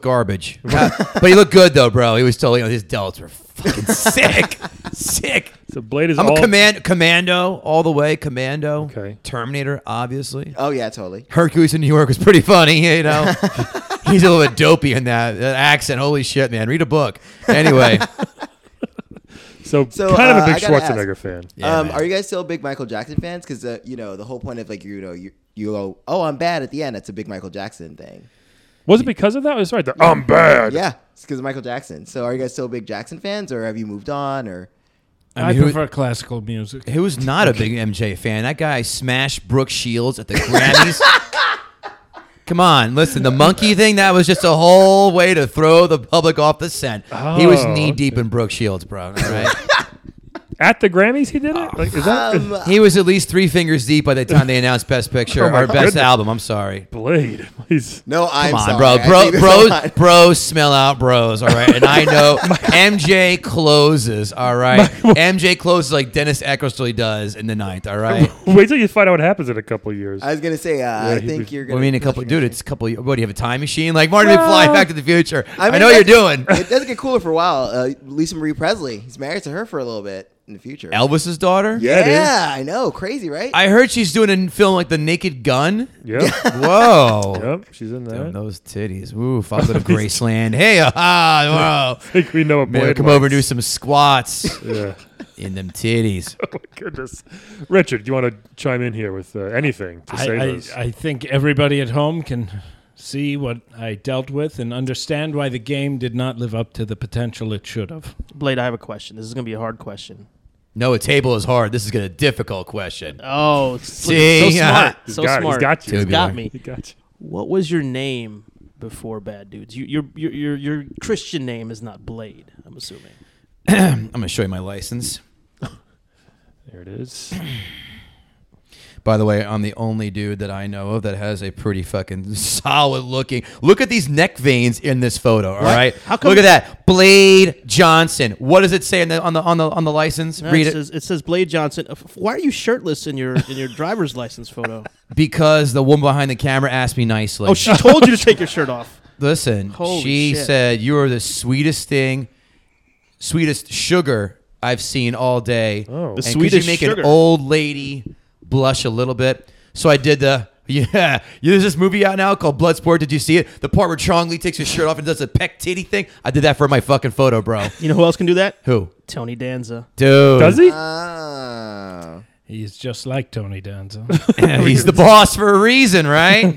[SPEAKER 1] *laughs*
[SPEAKER 6] garbage. Uh, but he looked good though, bro. He was totally his delts
[SPEAKER 1] *laughs*
[SPEAKER 6] were fucking sick, sick.
[SPEAKER 1] So Blade is
[SPEAKER 6] I'm
[SPEAKER 1] all
[SPEAKER 6] a command commando all the way. Commando.
[SPEAKER 1] Okay.
[SPEAKER 6] Terminator, obviously.
[SPEAKER 3] Oh yeah, totally.
[SPEAKER 6] Hercules in New York was pretty funny,
[SPEAKER 1] *laughs*
[SPEAKER 6] you know. He's a little bit dopey in that, that accent. Holy shit, man! Read a book. Anyway,
[SPEAKER 1] so,
[SPEAKER 3] So,
[SPEAKER 1] kind of
[SPEAKER 3] uh,
[SPEAKER 1] a big
[SPEAKER 3] I gotta ask.
[SPEAKER 1] Schwarzenegger fan.
[SPEAKER 6] Yeah,
[SPEAKER 3] um,
[SPEAKER 6] man.
[SPEAKER 3] are you guys still big Michael Jackson fans? Because uh, you know the whole point of like you know you you go oh I'm bad at the end. That's a big Michael Jackson thing.
[SPEAKER 1] Was it because of that? It's right. The um, I'm bad.
[SPEAKER 3] Yeah, it's because of Michael Jackson. So are you guys still big Jackson fans, or have you moved on? Or
[SPEAKER 4] I,
[SPEAKER 6] mean, who-
[SPEAKER 4] prefer classical music.
[SPEAKER 6] Who was not a big MJ fan? That guy smashed Brooke Shields at
[SPEAKER 3] *laughs*
[SPEAKER 6] the Grammys. Come on, listen, the monkey thing, that was just a whole way to throw the public off the scent. he was
[SPEAKER 1] Oh,
[SPEAKER 6] knee deep in Brooke Shields, bro. all right?
[SPEAKER 1] At the Grammys, he did it. Like, is that
[SPEAKER 3] um,
[SPEAKER 6] he was at least three fingers deep by the time they announced Best Picture
[SPEAKER 1] Oh my
[SPEAKER 6] or Best
[SPEAKER 1] goodness.
[SPEAKER 6] Album. I'm sorry.
[SPEAKER 1] Blade? *laughs* Please.
[SPEAKER 3] no, I'm
[SPEAKER 6] Come on,
[SPEAKER 3] sorry. I
[SPEAKER 6] bro.
[SPEAKER 3] think
[SPEAKER 6] Bro,
[SPEAKER 3] it's a
[SPEAKER 6] bros,
[SPEAKER 3] lot.
[SPEAKER 6] bros smell out bros, all right? And I know MJ closes, all right? MJ closes like Dennis Eckersley does in the ninth, all
[SPEAKER 3] Oh
[SPEAKER 6] right?
[SPEAKER 1] Wait till you find out what happens in a couple of years.
[SPEAKER 3] *laughs* I was gonna say uh, I
[SPEAKER 1] he
[SPEAKER 3] think
[SPEAKER 1] was-
[SPEAKER 3] you're
[SPEAKER 6] Well,
[SPEAKER 3] gonna.
[SPEAKER 6] I mean, a couple, dude. It's a couple. What do you have a time machine? Like Marty McFly, Back to the Future. I,
[SPEAKER 3] mean,
[SPEAKER 6] know you're
[SPEAKER 3] that's- *laughs*
[SPEAKER 6] doing.
[SPEAKER 3] it doesn't get cooler for a while. Uh, Lisa Marie Presley. He's married to her for a little bit in the future.
[SPEAKER 6] Elvis's daughter.
[SPEAKER 1] Yeah, it is.
[SPEAKER 3] yeah, I know. Crazy, right?
[SPEAKER 6] I heard she's doing a film like The Naked Gun.
[SPEAKER 1] Yep.
[SPEAKER 3] *laughs*
[SPEAKER 6] Whoa.
[SPEAKER 1] yep. She's in
[SPEAKER 6] Damn,
[SPEAKER 1] that. *laughs*
[SPEAKER 6] those titties. Ooh, if I go to Graceland. Hey, ah,
[SPEAKER 1] I
[SPEAKER 6] whoa.
[SPEAKER 1] think we know what
[SPEAKER 6] Man,
[SPEAKER 1] Blade
[SPEAKER 6] come
[SPEAKER 1] likes.
[SPEAKER 6] over and do some squats
[SPEAKER 1] Yeah. *laughs*
[SPEAKER 6] in them titties.
[SPEAKER 1] Oh my goodness, Richard, do you want to chime in here with uh, anything to
[SPEAKER 4] I,
[SPEAKER 1] say
[SPEAKER 4] I,
[SPEAKER 1] those?
[SPEAKER 4] I think everybody at home can see what I dealt with and understand why the game did not live up to the potential it should have.
[SPEAKER 5] Blade, I have a question. This is gonna be a hard question.
[SPEAKER 6] No, a table is hard. This is gonna be a difficult question.
[SPEAKER 5] Oh,
[SPEAKER 6] See?
[SPEAKER 5] so smart.
[SPEAKER 1] *laughs* He's
[SPEAKER 5] so
[SPEAKER 1] got, it.
[SPEAKER 5] smart.
[SPEAKER 1] He's got you.
[SPEAKER 6] Dude.
[SPEAKER 5] He's got me.
[SPEAKER 1] He got you.
[SPEAKER 5] What was your name before Bad Dudes? You, your, your your your Christian name is not Blade. I'm assuming.
[SPEAKER 6] I'm gonna show you my license.
[SPEAKER 1] There it is.
[SPEAKER 6] By the way, I'm the only dude that I know of that has a pretty fucking *laughs* solid looking. Look at these neck veins in this photo. All right,
[SPEAKER 5] How come-
[SPEAKER 6] look at that, Blade Johnson. What does it say in the, on the on the on the license?
[SPEAKER 5] No,
[SPEAKER 6] Read
[SPEAKER 5] it,
[SPEAKER 6] it.
[SPEAKER 5] Says, it says Blade Johnson. Uh, f- Why are you shirtless in your in your driver's license *laughs* photo?
[SPEAKER 6] because the woman behind the camera asked me nicely.
[SPEAKER 5] Oh, she told you to take your shirt off.
[SPEAKER 6] Listen,
[SPEAKER 5] Holy
[SPEAKER 6] she
[SPEAKER 5] shit.
[SPEAKER 6] said you are the sweetest thing, sweetest sugar I've seen all day.
[SPEAKER 1] Oh. The
[SPEAKER 6] and could
[SPEAKER 5] sweetest
[SPEAKER 6] you make
[SPEAKER 5] sugar.
[SPEAKER 6] an old lady blush a little bit? So I did the *laughs* yeah. There's this movie out now called Bloodsport. Did you see it? The part where Chong Lee takes his shirt off and does a peck titty thing. I did that for my fucking photo, bro.
[SPEAKER 5] You know who else can do that?
[SPEAKER 6] Who,
[SPEAKER 5] Tony Danza.
[SPEAKER 6] dude?
[SPEAKER 1] Does he?
[SPEAKER 3] Uh, Ah.
[SPEAKER 4] He's just like Tony Danza.
[SPEAKER 6] *laughs* He's the boss for a reason, right?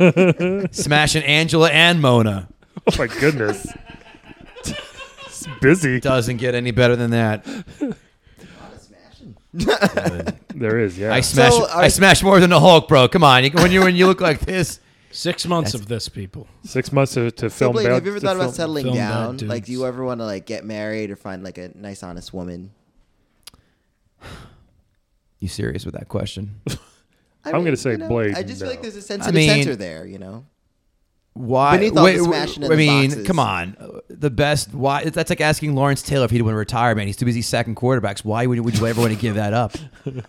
[SPEAKER 6] Smashing Angela and Mona
[SPEAKER 1] Oh my goodness. *laughs* it's busy.
[SPEAKER 6] doesn't get any better than that.
[SPEAKER 1] There is. Yeah.
[SPEAKER 6] I smash.
[SPEAKER 3] So,
[SPEAKER 6] I
[SPEAKER 3] I-
[SPEAKER 6] smash more than the Hulk, bro. Come on. You- When you when you look like this,
[SPEAKER 4] Six months of this, people.
[SPEAKER 1] Six months to, to
[SPEAKER 3] So
[SPEAKER 1] film.
[SPEAKER 3] Blade,
[SPEAKER 1] Bad-
[SPEAKER 3] have you ever
[SPEAKER 1] to
[SPEAKER 3] thought about
[SPEAKER 1] film-
[SPEAKER 3] settling
[SPEAKER 4] film bad
[SPEAKER 3] down? Like,
[SPEAKER 4] dudes.
[SPEAKER 3] do you ever want to like get married or find like a nice, honest woman?
[SPEAKER 6] you serious with that question?
[SPEAKER 3] I
[SPEAKER 1] I'm gonna say
[SPEAKER 3] you know,
[SPEAKER 1] Blade,
[SPEAKER 3] I just
[SPEAKER 1] no.
[SPEAKER 3] feel like there's a sensitive
[SPEAKER 6] mean-
[SPEAKER 3] censor there. You know,
[SPEAKER 6] Why?
[SPEAKER 3] Beneath all the smashing in
[SPEAKER 6] I
[SPEAKER 3] the
[SPEAKER 6] mean,
[SPEAKER 3] boxes.
[SPEAKER 6] come on. The best. Why? That's like asking Lawrence Taylor if he'd want to retire. Man, he's too busy sacking quarterbacks. Why would, would you ever want to give
[SPEAKER 3] *laughs*
[SPEAKER 6] that up?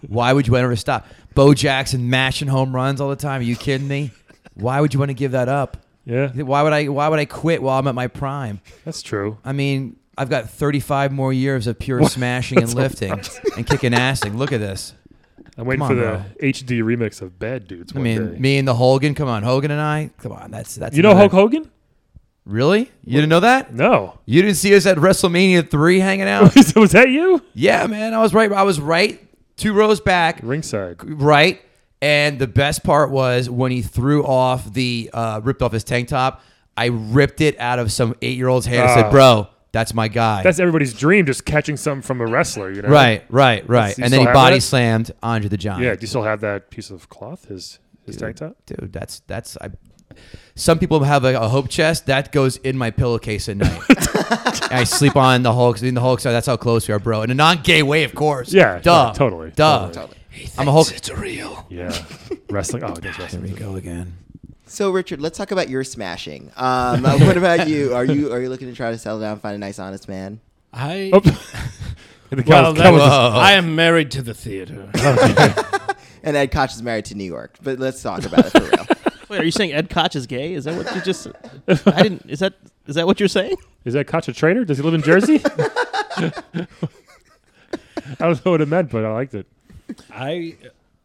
[SPEAKER 6] Why would you ever stop? Bo Jackson mashing home runs all the time. Are you kidding me? Why would you want to give that up?
[SPEAKER 1] Yeah,
[SPEAKER 6] Why would I? Why would I quit while I'm at my prime?
[SPEAKER 1] that's true.
[SPEAKER 6] I mean, I've got 35 more years of
[SPEAKER 3] *laughs*
[SPEAKER 6] pure smashing and lifting and kicking assing. Look at this.
[SPEAKER 1] I'm waiting
[SPEAKER 6] Come
[SPEAKER 1] for
[SPEAKER 6] on,
[SPEAKER 1] the
[SPEAKER 6] bro.
[SPEAKER 1] HD remix of Bad Dudes.
[SPEAKER 6] I
[SPEAKER 1] One
[SPEAKER 6] mean,
[SPEAKER 1] day.
[SPEAKER 6] me and the Hogan. Come on, Hogan and I. Come on, that's that's.
[SPEAKER 1] you know
[SPEAKER 6] another-
[SPEAKER 1] Hulk Hogan?
[SPEAKER 6] Really? You didn't know that?
[SPEAKER 1] No. *laughs*
[SPEAKER 6] You didn't see us at WrestleMania three hanging out?
[SPEAKER 1] was that you?
[SPEAKER 6] yeah, man. I was right. I was right. Two rows back.
[SPEAKER 1] Ringside.
[SPEAKER 6] Right. And the best part was when he threw off the uh, ripped off his tank top. I ripped it out of some eight year old's hand. I
[SPEAKER 1] Ah.
[SPEAKER 6] said, "Bro, that's my guy."
[SPEAKER 1] That's everybody's dream, just catching something from a wrestler. You know?
[SPEAKER 6] right, right, right.
[SPEAKER 1] you
[SPEAKER 6] And
[SPEAKER 1] still
[SPEAKER 6] then he
[SPEAKER 1] have
[SPEAKER 6] body
[SPEAKER 1] that?
[SPEAKER 6] slammed Andre the Giant.
[SPEAKER 1] Yeah. Do you still have that piece of cloth? His his tank top.
[SPEAKER 6] dude that's that's i some people have a, a hope chest that goes in my pillowcase at
[SPEAKER 1] *laughs*
[SPEAKER 6] night And i sleep on the hulk in the hulk so that's how close we are bro in a non-gay way of course
[SPEAKER 1] Yeah, yeah,
[SPEAKER 6] duh
[SPEAKER 1] totally,
[SPEAKER 6] duh
[SPEAKER 1] totally.
[SPEAKER 6] i'm a hulk
[SPEAKER 1] Yeah.
[SPEAKER 6] *laughs*
[SPEAKER 1] wrestling. Oh, it is
[SPEAKER 6] there
[SPEAKER 1] wrestling.
[SPEAKER 6] we go again
[SPEAKER 3] So Richard, let's talk about your smashing. Um, what about you? Are you are you looking to try to settle down, find a nice, honest man?
[SPEAKER 4] I
[SPEAKER 1] Oh. The guy
[SPEAKER 4] Well,
[SPEAKER 1] was- guy
[SPEAKER 4] that was,
[SPEAKER 1] was-
[SPEAKER 4] I am married to the theater.
[SPEAKER 3] And Ed Koch is married to New York. But let's talk about it for real.
[SPEAKER 5] Wait, are you saying Ed Koch is gay? Is that what you just? I didn't. Is that is that what you're saying?
[SPEAKER 1] is that Koch a traitor? Does he live in Jersey? *laughs* I don't know what it meant, but I liked it.
[SPEAKER 4] I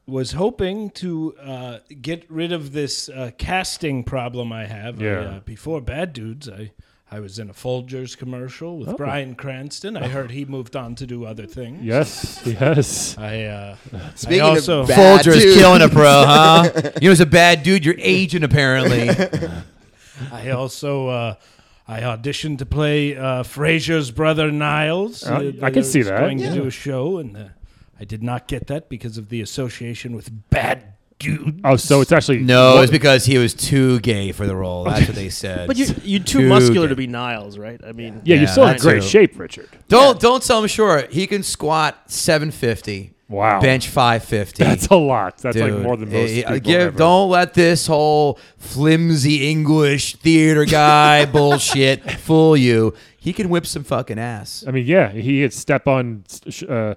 [SPEAKER 4] was hoping to uh, get rid of this uh, casting problem I have. I,
[SPEAKER 1] Yeah.
[SPEAKER 4] uh, before Bad Dudes, I, I was in a Folgers commercial with Brian Cranston. I heard he moved on to do other things.
[SPEAKER 1] Yes, yes.
[SPEAKER 4] I uh,
[SPEAKER 3] Speaking
[SPEAKER 4] I also
[SPEAKER 3] of bad
[SPEAKER 6] Folger's
[SPEAKER 3] dude,
[SPEAKER 6] killing a pro, huh? you know, he's a bad dude. You're aging apparently.
[SPEAKER 4] I also uh, I auditioned to play uh, Frasier's brother Niles.
[SPEAKER 1] Uh,
[SPEAKER 4] Uh,
[SPEAKER 1] I can see
[SPEAKER 4] was
[SPEAKER 1] that.
[SPEAKER 4] Going
[SPEAKER 1] Yeah.
[SPEAKER 4] to do a show, and uh, I did not get that because of the association with Bad Dude.
[SPEAKER 1] Oh, so it's actually
[SPEAKER 6] No,
[SPEAKER 1] Well,
[SPEAKER 6] it's because he was too gay for the role. That's what they said.
[SPEAKER 5] But you you're too
[SPEAKER 6] Dude.
[SPEAKER 5] muscular to be Niles, right? I mean,
[SPEAKER 1] yeah,
[SPEAKER 6] Yeah,
[SPEAKER 1] you're still in
[SPEAKER 6] that's
[SPEAKER 1] great
[SPEAKER 6] true.
[SPEAKER 1] shape, Richard.
[SPEAKER 6] don't don't sell him short. He can squat 750,
[SPEAKER 1] Wow,
[SPEAKER 6] bench 550.
[SPEAKER 1] That's a lot. That's like
[SPEAKER 6] Dude,
[SPEAKER 1] more than
[SPEAKER 6] eh,
[SPEAKER 1] most
[SPEAKER 6] eh,
[SPEAKER 1] people.
[SPEAKER 6] give-
[SPEAKER 1] ever.
[SPEAKER 6] don't let this whole flimsy English
[SPEAKER 1] *laughs*
[SPEAKER 6] theater guy bullshit fool you. He can whip some fucking ass.
[SPEAKER 1] I mean, yeah, he hit step on sh- uh,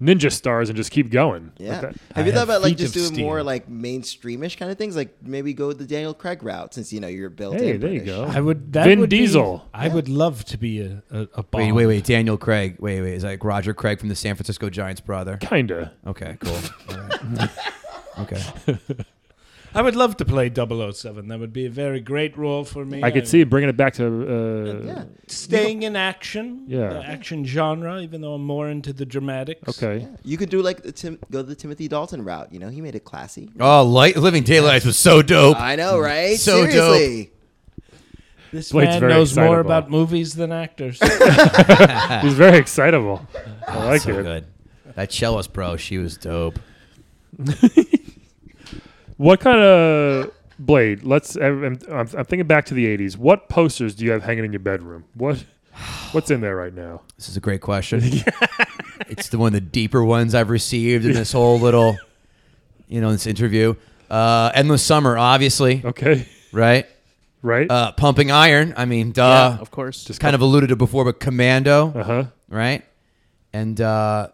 [SPEAKER 1] ninja stars and just keep going.
[SPEAKER 3] Yeah.
[SPEAKER 1] Like that-
[SPEAKER 3] Have you
[SPEAKER 4] I
[SPEAKER 3] thought
[SPEAKER 4] have
[SPEAKER 3] about like
[SPEAKER 4] feet
[SPEAKER 3] just
[SPEAKER 4] of
[SPEAKER 3] doing more
[SPEAKER 4] steel.
[SPEAKER 3] like mainstreamish kind of things? Like maybe go the Daniel Craig route since you know you're built.
[SPEAKER 1] Hey,
[SPEAKER 3] in
[SPEAKER 1] there you
[SPEAKER 3] British.
[SPEAKER 1] go.
[SPEAKER 4] I would. That
[SPEAKER 1] Vin
[SPEAKER 4] would be-
[SPEAKER 1] Diesel.
[SPEAKER 4] I would love to be a a, a
[SPEAKER 6] Wait,
[SPEAKER 4] Bond.
[SPEAKER 6] wait, wait. Daniel Craig. Wait, wait. Is that Roger Craig from the San Francisco Giants brother?
[SPEAKER 1] Kinda.
[SPEAKER 6] Okay, cool. All right. Okay.
[SPEAKER 4] I would love to play 007. That would be a very great role for me.
[SPEAKER 1] I could see bringing it back to. Uh,
[SPEAKER 3] Yeah.
[SPEAKER 4] staying in action.
[SPEAKER 1] Yeah.
[SPEAKER 4] the action genre. Even though I'm more into the dramatics.
[SPEAKER 1] Okay.
[SPEAKER 3] You could do like the Tim, go the Timothy Dalton route. You know, he made it classy.
[SPEAKER 6] Oh, light, Living Daylights was so dope.
[SPEAKER 3] I
[SPEAKER 1] Mm.
[SPEAKER 3] know, right?
[SPEAKER 6] Oh. So dope.
[SPEAKER 3] Seriously.
[SPEAKER 4] This
[SPEAKER 1] Blade's
[SPEAKER 4] man
[SPEAKER 1] very
[SPEAKER 4] knows more
[SPEAKER 1] excitable.
[SPEAKER 4] about movies than *laughs* actors.
[SPEAKER 1] He's very excitable. I like
[SPEAKER 6] Ah, so
[SPEAKER 1] it.
[SPEAKER 6] good. That cellist, bro, she was dope.
[SPEAKER 1] What kind of blade? Let's. I'm, I'm, I'm thinking back to the '80s. What posters do you have hanging in your bedroom? What? What's in there right now?
[SPEAKER 6] This is a
[SPEAKER 1] *laughs*
[SPEAKER 6] great question. it's the one of the deeper ones I've received in this whole little, you know, this interview. Uh, Endless Summer, obviously,
[SPEAKER 1] Okay. *laughs*
[SPEAKER 6] right?
[SPEAKER 1] Right.
[SPEAKER 6] Uh, Pumping Iron, I mean,
[SPEAKER 5] yeah,
[SPEAKER 6] duh.
[SPEAKER 5] of course.
[SPEAKER 6] Just kind of alluded to before, but Commando,
[SPEAKER 1] Uh huh.
[SPEAKER 6] right? And uh,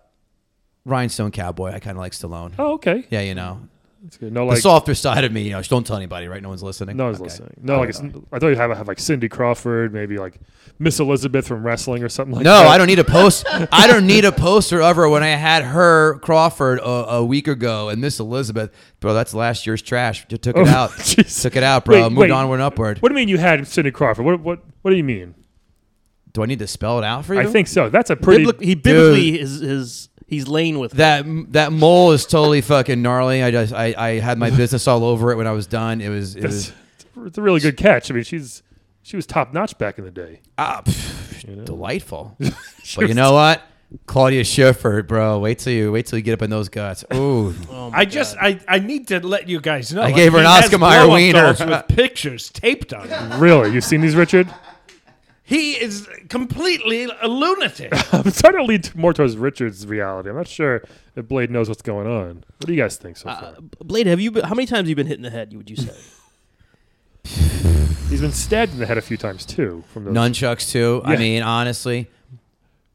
[SPEAKER 6] Rhinestone Cowboy, I kind of like Stallone.
[SPEAKER 1] Oh, okay.
[SPEAKER 6] Yeah, you know,
[SPEAKER 1] That's good. No,
[SPEAKER 6] the
[SPEAKER 1] like.
[SPEAKER 6] softer side of me, you know, just don't tell anybody, right? No one's listening.
[SPEAKER 1] No one's
[SPEAKER 6] Okay.
[SPEAKER 1] listening. No, like it's, I thought you have have like Cindy Crawford, maybe like Miss Elizabeth from wrestling or something like
[SPEAKER 6] No,
[SPEAKER 1] that.
[SPEAKER 6] I don't need a post. I
[SPEAKER 1] *laughs*
[SPEAKER 6] don't need a poster of her when I had her Crawford a, a week ago and Miss Elizabeth, bro. That's last year's trash. Just took it
[SPEAKER 1] Oh, *laughs*
[SPEAKER 6] out.
[SPEAKER 1] jeez.
[SPEAKER 6] Took it out, bro.
[SPEAKER 1] Wait,
[SPEAKER 6] Moved
[SPEAKER 1] wait.
[SPEAKER 6] onward and upward.
[SPEAKER 1] What do you mean you had Cindy Crawford? What what what do you mean?
[SPEAKER 6] Do I need to spell it out for you?
[SPEAKER 1] I think so. That's a pretty.
[SPEAKER 5] Biblic- he biblically is is he's laying with
[SPEAKER 6] that that mole is totally fucking gnarly. I just I, I
[SPEAKER 1] *laughs*
[SPEAKER 6] had my business all over it when I was done. It was it was
[SPEAKER 1] *laughs* it's, it's a really good catch. I mean, she's she was top notch back in the day.
[SPEAKER 6] ah,
[SPEAKER 1] *laughs*
[SPEAKER 6] pff, delightful. but you know what? Claudia Schiffer, bro. Wait till you wait till you get up in
[SPEAKER 1] *laughs*
[SPEAKER 6] those guts. Ooh,
[SPEAKER 1] Oh,
[SPEAKER 4] I just I, I need to let you guys know.
[SPEAKER 6] I gave her
[SPEAKER 4] he
[SPEAKER 6] an
[SPEAKER 4] has
[SPEAKER 6] Oscar Mayer
[SPEAKER 4] blow-up
[SPEAKER 6] wiener. *laughs*
[SPEAKER 4] dolls with pictures taped on. Him.
[SPEAKER 1] Really, you've seen these, Richard?
[SPEAKER 4] He is completely a lunatic.
[SPEAKER 1] I'm starting to lead more towards Richard's reality. I'm not sure if Blade knows what's going on. What do you guys think so far?
[SPEAKER 5] Uh, Blade, have you been, how many times have you been hit in the head? Would you say?
[SPEAKER 1] He's been stabbed in the head a few times too. From those,
[SPEAKER 6] nunchucks too. I
[SPEAKER 1] Yeah.
[SPEAKER 6] mean, honestly,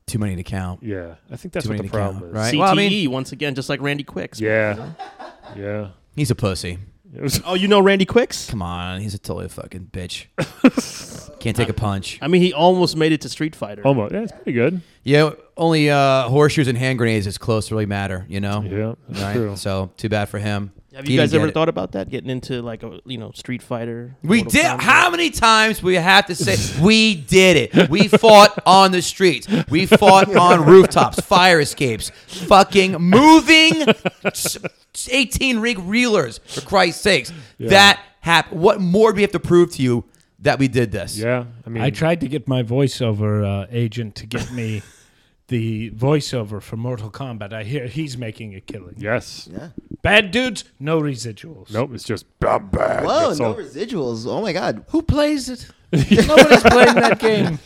[SPEAKER 6] too many to count.
[SPEAKER 1] Yeah, I think that's
[SPEAKER 6] Too
[SPEAKER 1] what
[SPEAKER 6] many
[SPEAKER 1] the
[SPEAKER 6] to count,
[SPEAKER 1] problem is.
[SPEAKER 6] right?
[SPEAKER 5] CTE
[SPEAKER 6] Well, I mean-
[SPEAKER 5] E once again, just like Randy Quicks.
[SPEAKER 1] Yeah, yeah.
[SPEAKER 6] He's a pussy.
[SPEAKER 1] It was- *laughs*
[SPEAKER 5] Oh, you know Randy Quicks?
[SPEAKER 6] Come on, he's a totally fucking bitch. Can't take a punch.
[SPEAKER 5] I mean, he almost made it to Street Fighter.
[SPEAKER 6] Oh,
[SPEAKER 1] almost. Yeah, it's pretty good.
[SPEAKER 6] Yeah, only uh, horseshoes and hand grenades is close really matter, you know?
[SPEAKER 1] Yeah, that's
[SPEAKER 6] Right?
[SPEAKER 1] true.
[SPEAKER 6] So too bad for him.
[SPEAKER 5] Have
[SPEAKER 6] He
[SPEAKER 5] you guys
[SPEAKER 6] didn't
[SPEAKER 5] ever
[SPEAKER 6] get it.
[SPEAKER 5] thought about that? Getting into like a you know Street Fighter.
[SPEAKER 6] We
[SPEAKER 5] Mortal
[SPEAKER 6] did.
[SPEAKER 5] Kombat?
[SPEAKER 6] How many times we have to say *laughs* we did it? We fought on the streets.
[SPEAKER 1] *laughs*
[SPEAKER 6] We fought on rooftops, fire escapes, fucking moving s- eighteen rig reelers. For Christ's sakes, that happened. What more do we have to prove to you that we did this?
[SPEAKER 1] Yeah, I mean,
[SPEAKER 4] I tried to get my voiceover uh, agent to get me the voiceover for Mortal Kombat. I hear he's making a killing.
[SPEAKER 1] yes.
[SPEAKER 3] Yeah.
[SPEAKER 4] Bad dudes, no residuals.
[SPEAKER 1] Nope, it's just bam, bam.
[SPEAKER 3] Whoa,
[SPEAKER 1] That's
[SPEAKER 3] no
[SPEAKER 1] all.
[SPEAKER 3] residuals. Oh my god.
[SPEAKER 4] Who plays it? Nobody's playing that game.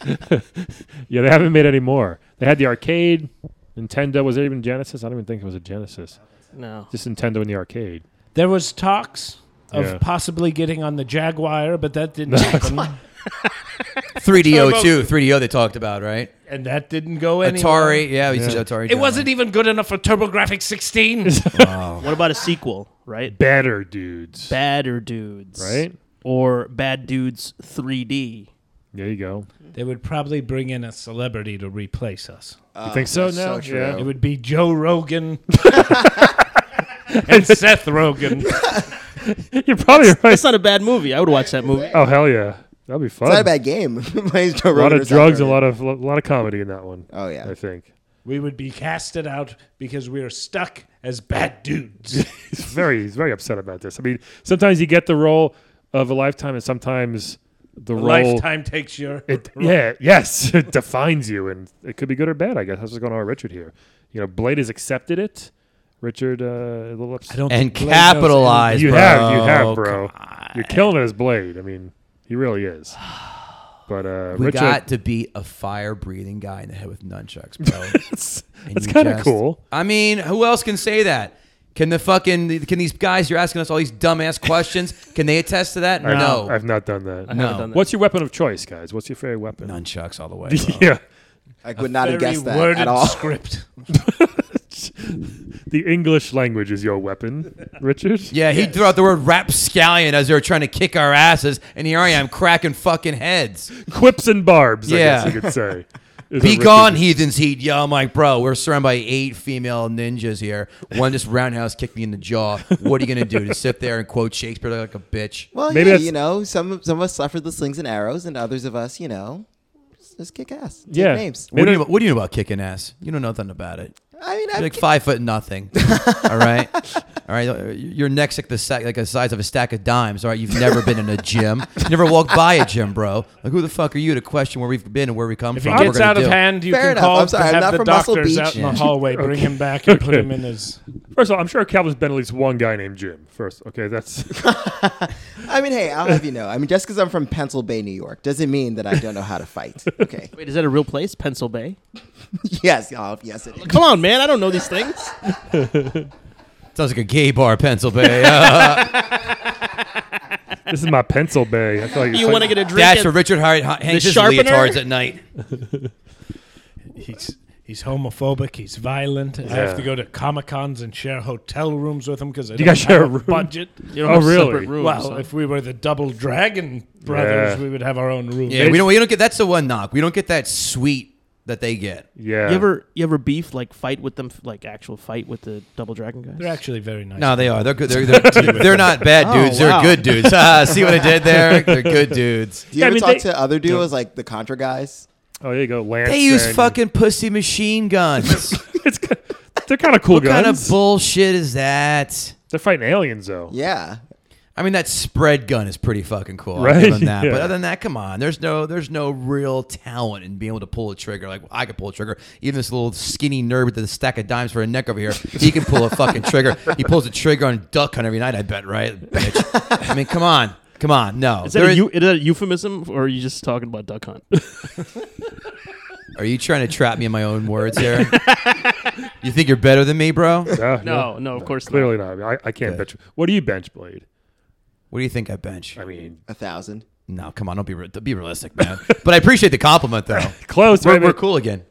[SPEAKER 1] Yeah, they haven't made any more. They had the arcade, Nintendo. Was it even Genesis? I don't even think it was a Genesis.
[SPEAKER 5] No.
[SPEAKER 1] Just Nintendo in the arcade.
[SPEAKER 4] *laughs* There was talks of
[SPEAKER 1] Yeah.
[SPEAKER 4] possibly getting on the Jaguar, but that didn't happen.
[SPEAKER 6] Three DO two, three DO. They talked about right.
[SPEAKER 4] and that didn't go anywhere.
[SPEAKER 6] Atari, yeah, we said Atari.
[SPEAKER 4] It wasn't even good enough for TurboGrafx 16.
[SPEAKER 6] Oh.
[SPEAKER 5] What about a sequel, right?
[SPEAKER 1] Better dudes.
[SPEAKER 5] Badder Dudes.
[SPEAKER 1] Right?
[SPEAKER 5] Or Bad Dudes 3D.
[SPEAKER 1] There you go.
[SPEAKER 4] *laughs* they would probably bring in a celebrity to replace us.
[SPEAKER 1] you think so
[SPEAKER 3] Oh, that's
[SPEAKER 1] now?
[SPEAKER 3] so true.
[SPEAKER 1] Yeah. *laughs*
[SPEAKER 4] It would be Joe Rogan and Seth Rogan.
[SPEAKER 1] You're probably right.
[SPEAKER 5] That's not a bad movie. I would watch that movie.
[SPEAKER 1] Oh hell yeah, that'd be fun.
[SPEAKER 3] It's not a bad game. *laughs* Plays Joe
[SPEAKER 1] a lot
[SPEAKER 3] Rogan
[SPEAKER 1] of
[SPEAKER 3] or
[SPEAKER 1] drugs, and
[SPEAKER 3] something.
[SPEAKER 1] a lot of a lot of comedy in that one.
[SPEAKER 3] Oh, yeah.
[SPEAKER 1] I think
[SPEAKER 4] We would be casted out because we are stuck as bad dudes.
[SPEAKER 1] he's very he's very upset about this. I mean, sometimes you get the role of a lifetime, and sometimes the role.
[SPEAKER 4] Lifetime takes your
[SPEAKER 6] *laughs*
[SPEAKER 1] It, yeah, yes, *laughs* it defines you, and it could be good or bad. I guess that's what's going on with Richard here. You know, Blade has accepted it. Richard, uh, a little upset.
[SPEAKER 4] don't
[SPEAKER 6] And
[SPEAKER 4] Blade knows anything.
[SPEAKER 6] capitalize,
[SPEAKER 1] You
[SPEAKER 6] bro.
[SPEAKER 1] have, you have, bro. You're killing it as Blade. I mean, he really
[SPEAKER 6] *sighs*
[SPEAKER 1] is. But uh,
[SPEAKER 6] We
[SPEAKER 1] Richard,
[SPEAKER 6] got to beat a fire breathing guy in the head with nunchucks, bro.
[SPEAKER 1] *laughs* it's,
[SPEAKER 6] And
[SPEAKER 1] it's
[SPEAKER 6] you
[SPEAKER 1] kind of
[SPEAKER 6] just-
[SPEAKER 1] cool.
[SPEAKER 6] I mean, who else can say that? Can the fucking can these guys you're asking us all these dumbass questions? Can they attest to that?
[SPEAKER 1] I've-
[SPEAKER 6] no,
[SPEAKER 1] I've not done that.
[SPEAKER 6] no.
[SPEAKER 5] done that.
[SPEAKER 1] What's your weapon of choice, guys? What's your favorite weapon?
[SPEAKER 6] Nunchucks all the way. Bro.
[SPEAKER 1] *laughs* yeah,
[SPEAKER 3] I would not have
[SPEAKER 4] Very
[SPEAKER 3] guessed that
[SPEAKER 4] worded
[SPEAKER 3] at all.
[SPEAKER 4] script.
[SPEAKER 1] the English language is your
[SPEAKER 6] *laughs*
[SPEAKER 1] weapon, Richard.
[SPEAKER 6] Yeah, he threw out the word rapscallion as they were trying to kick our asses, and here I am cracking fucking heads.
[SPEAKER 1] Quips and barbs, I
[SPEAKER 6] Yeah.
[SPEAKER 1] guess you could
[SPEAKER 6] *laughs*
[SPEAKER 1] say. is
[SPEAKER 6] Be
[SPEAKER 1] what
[SPEAKER 6] gone,
[SPEAKER 1] Richard-
[SPEAKER 6] heathens, heat. Yeah, I'm like, bro, we're surrounded by eight female ninjas here. One just roundhouse kicked me in the jaw. What are you gonna do? Just sit there and quote Shakespeare like a bitch?
[SPEAKER 3] *laughs* Well,
[SPEAKER 1] Maybe
[SPEAKER 3] yeah,
[SPEAKER 1] that's-
[SPEAKER 3] you know, some some of us suffer the slings and arrows, and others of us, you know, just, just kick ass. Take
[SPEAKER 1] Yeah.
[SPEAKER 3] names.
[SPEAKER 6] What do, you
[SPEAKER 1] Maybe-
[SPEAKER 6] know, what do you know about kicking ass? You know nothing about it.
[SPEAKER 3] I mean,
[SPEAKER 6] You're
[SPEAKER 3] I
[SPEAKER 6] like five foot nothing. all right, all right. Your neck's like the sack, like the size of a stack of dimes. All right, you've never been in a gym. You never walked by a gym, bro. Like who the fuck are you to question where we've been and where we come
[SPEAKER 4] If he
[SPEAKER 6] from? what
[SPEAKER 4] gets
[SPEAKER 6] we're
[SPEAKER 4] out
[SPEAKER 6] gonna do?
[SPEAKER 4] of hand, you
[SPEAKER 3] Fair
[SPEAKER 4] can
[SPEAKER 3] enough.
[SPEAKER 4] call
[SPEAKER 3] I'm sorry,
[SPEAKER 4] to
[SPEAKER 3] I'm
[SPEAKER 4] have
[SPEAKER 3] not
[SPEAKER 4] the
[SPEAKER 3] from Muscle
[SPEAKER 4] doctors
[SPEAKER 3] Beach.
[SPEAKER 4] out in the
[SPEAKER 6] Yeah.
[SPEAKER 4] hallway, bring him back and put him in his.
[SPEAKER 1] First of all, I'm sure Calvin's been at least one guy named Jim. First, okay, that's
[SPEAKER 3] I mean, hey, I'll have you know. I mean, just because I'm from Pennsylvania, New York, doesn't mean that I don't know how
[SPEAKER 1] *laughs*
[SPEAKER 3] to fight. Okay.
[SPEAKER 5] Wait, is that a real place? Pencil Bay?
[SPEAKER 3] yes, I'll, yes, it is.
[SPEAKER 5] Come on, man. I don't know these
[SPEAKER 6] *laughs*
[SPEAKER 5] things.
[SPEAKER 6] Sounds like a gay bar,
[SPEAKER 4] *laughs*
[SPEAKER 6] Pennsylvania.
[SPEAKER 1] this is my pencil bay. I feel like it's
[SPEAKER 5] You
[SPEAKER 1] like-
[SPEAKER 5] want to get a drink?
[SPEAKER 6] That's
[SPEAKER 5] at-
[SPEAKER 6] where Richard Hart hangs his
[SPEAKER 5] sharpener?
[SPEAKER 6] leotards at night.
[SPEAKER 4] He's he's homophobic. He's violent. I have
[SPEAKER 1] Yeah.
[SPEAKER 4] to go to comic cons and share hotel rooms with him because I
[SPEAKER 1] You
[SPEAKER 4] don't
[SPEAKER 1] guys
[SPEAKER 4] have
[SPEAKER 1] share a
[SPEAKER 4] a
[SPEAKER 1] room?
[SPEAKER 4] budget.
[SPEAKER 5] You don't
[SPEAKER 1] Oh,
[SPEAKER 5] have
[SPEAKER 1] really?
[SPEAKER 5] separate rooms,
[SPEAKER 4] well,
[SPEAKER 5] huh?
[SPEAKER 4] if we were the Double Dragon brothers,
[SPEAKER 1] Yeah.
[SPEAKER 4] we would have our own room.
[SPEAKER 6] Yeah, we don't. We don't get. That's the one knock. We don't get that sweet that they get.
[SPEAKER 1] yeah.
[SPEAKER 5] You ever you ever beef like fight with them like actual fight with the double dragon guys?
[SPEAKER 4] They're actually very nice.
[SPEAKER 6] No, they are.
[SPEAKER 4] *laughs*
[SPEAKER 6] They're good. They're, they're, they're not bad
[SPEAKER 5] Oh,
[SPEAKER 6] dudes.
[SPEAKER 5] wow.
[SPEAKER 6] They're good dudes. *laughs* Ah, See what I did there? They're good
[SPEAKER 4] *laughs*
[SPEAKER 6] dudes.
[SPEAKER 3] Do you
[SPEAKER 1] Yeah, I
[SPEAKER 3] ever
[SPEAKER 1] mean,
[SPEAKER 3] talk
[SPEAKER 1] they-
[SPEAKER 3] to other duos like the Contra guys?
[SPEAKER 1] oh, there you go. Lance
[SPEAKER 6] They use
[SPEAKER 1] and-
[SPEAKER 6] fucking pussy machine guns.
[SPEAKER 1] *laughs* It's, ki- they're kind of cool
[SPEAKER 6] what
[SPEAKER 1] guns.
[SPEAKER 6] kind of bullshit is that?
[SPEAKER 1] they're fighting aliens though.
[SPEAKER 3] Yeah.
[SPEAKER 6] I mean, that spread gun is pretty fucking cool. I'll
[SPEAKER 1] Right?
[SPEAKER 6] give 'em that.
[SPEAKER 1] Yeah.
[SPEAKER 6] But other than that, come on. There's no there's no real talent in being able to pull a trigger. Like I could pull a trigger. Even this little skinny nerd with the stack of dimes for a neck over here, he can pull a fucking trigger. He pulls a trigger on duck hunt every night. I bet, right? Bitch. I mean, come on, come on. No,
[SPEAKER 5] Is that,
[SPEAKER 6] There
[SPEAKER 5] a,
[SPEAKER 6] is-
[SPEAKER 5] eu- is that a euphemism, or are you just talking about duck hunt?
[SPEAKER 6] Are you trying to trap me in my own words here? you think you're better than me, bro?
[SPEAKER 1] Ah,
[SPEAKER 5] *laughs* no, no, of course
[SPEAKER 1] Clearly not. I, mean, I, I can't
[SPEAKER 6] Yeah.
[SPEAKER 1] bench. What do you bench, Blade?
[SPEAKER 6] What do you think I bench?
[SPEAKER 1] I mean,
[SPEAKER 3] A thousand.
[SPEAKER 6] No, come on, don't be re- be realistic, man. *laughs* But I appreciate the
[SPEAKER 1] *laughs*
[SPEAKER 6] compliment, though.
[SPEAKER 1] close.
[SPEAKER 6] We're,
[SPEAKER 1] maybe,
[SPEAKER 6] we're cool again.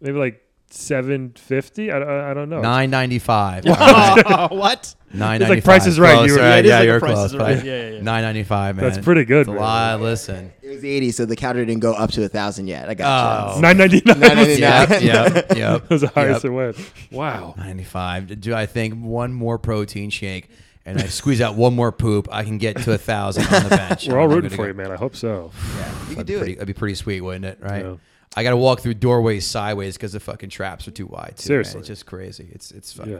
[SPEAKER 1] maybe like seven fifty. I, I, I don't know.
[SPEAKER 6] Nine ninety five.
[SPEAKER 5] not. what?
[SPEAKER 6] Nine
[SPEAKER 1] Oh. It's
[SPEAKER 6] ninety
[SPEAKER 1] like
[SPEAKER 6] five.
[SPEAKER 1] Price is Right. You were-
[SPEAKER 6] yeah,
[SPEAKER 1] Yeah,
[SPEAKER 5] it is
[SPEAKER 6] yeah,
[SPEAKER 5] like a
[SPEAKER 6] you're
[SPEAKER 5] Price
[SPEAKER 6] close.
[SPEAKER 5] is Right.
[SPEAKER 6] but
[SPEAKER 5] Yeah, yeah, yeah.
[SPEAKER 6] Nine ninety five, man.
[SPEAKER 1] That's pretty good,
[SPEAKER 6] It's a
[SPEAKER 1] man. *laughs*
[SPEAKER 6] lot. Listen.
[SPEAKER 3] It was 80, so the counter didn't go up to a thousand yet. I got
[SPEAKER 6] Oh.
[SPEAKER 1] Nine ninety nine. That *laughs*
[SPEAKER 3] you.
[SPEAKER 6] Yep. Yep. Yep.
[SPEAKER 1] was the highest
[SPEAKER 6] yep.
[SPEAKER 1] it went. Wow.
[SPEAKER 6] Ninety five. Do I think one more protein shake? And I squeeze out one more poop, I can get to a thousand on the bench.
[SPEAKER 1] We're all
[SPEAKER 6] I'm
[SPEAKER 1] rooting
[SPEAKER 6] gonna
[SPEAKER 1] for
[SPEAKER 6] go-
[SPEAKER 1] you, man. I hope
[SPEAKER 6] *laughs*
[SPEAKER 1] so.
[SPEAKER 3] You could
[SPEAKER 6] That'd
[SPEAKER 3] do
[SPEAKER 6] be pretty,
[SPEAKER 3] it.
[SPEAKER 6] That'd be pretty sweet, wouldn't it? Right.
[SPEAKER 1] Yeah.
[SPEAKER 6] I got to walk through doorways sideways because the fucking traps are too wide. Too, man.
[SPEAKER 1] Seriously.
[SPEAKER 6] it's just crazy. It's it's fucking.
[SPEAKER 1] Yeah.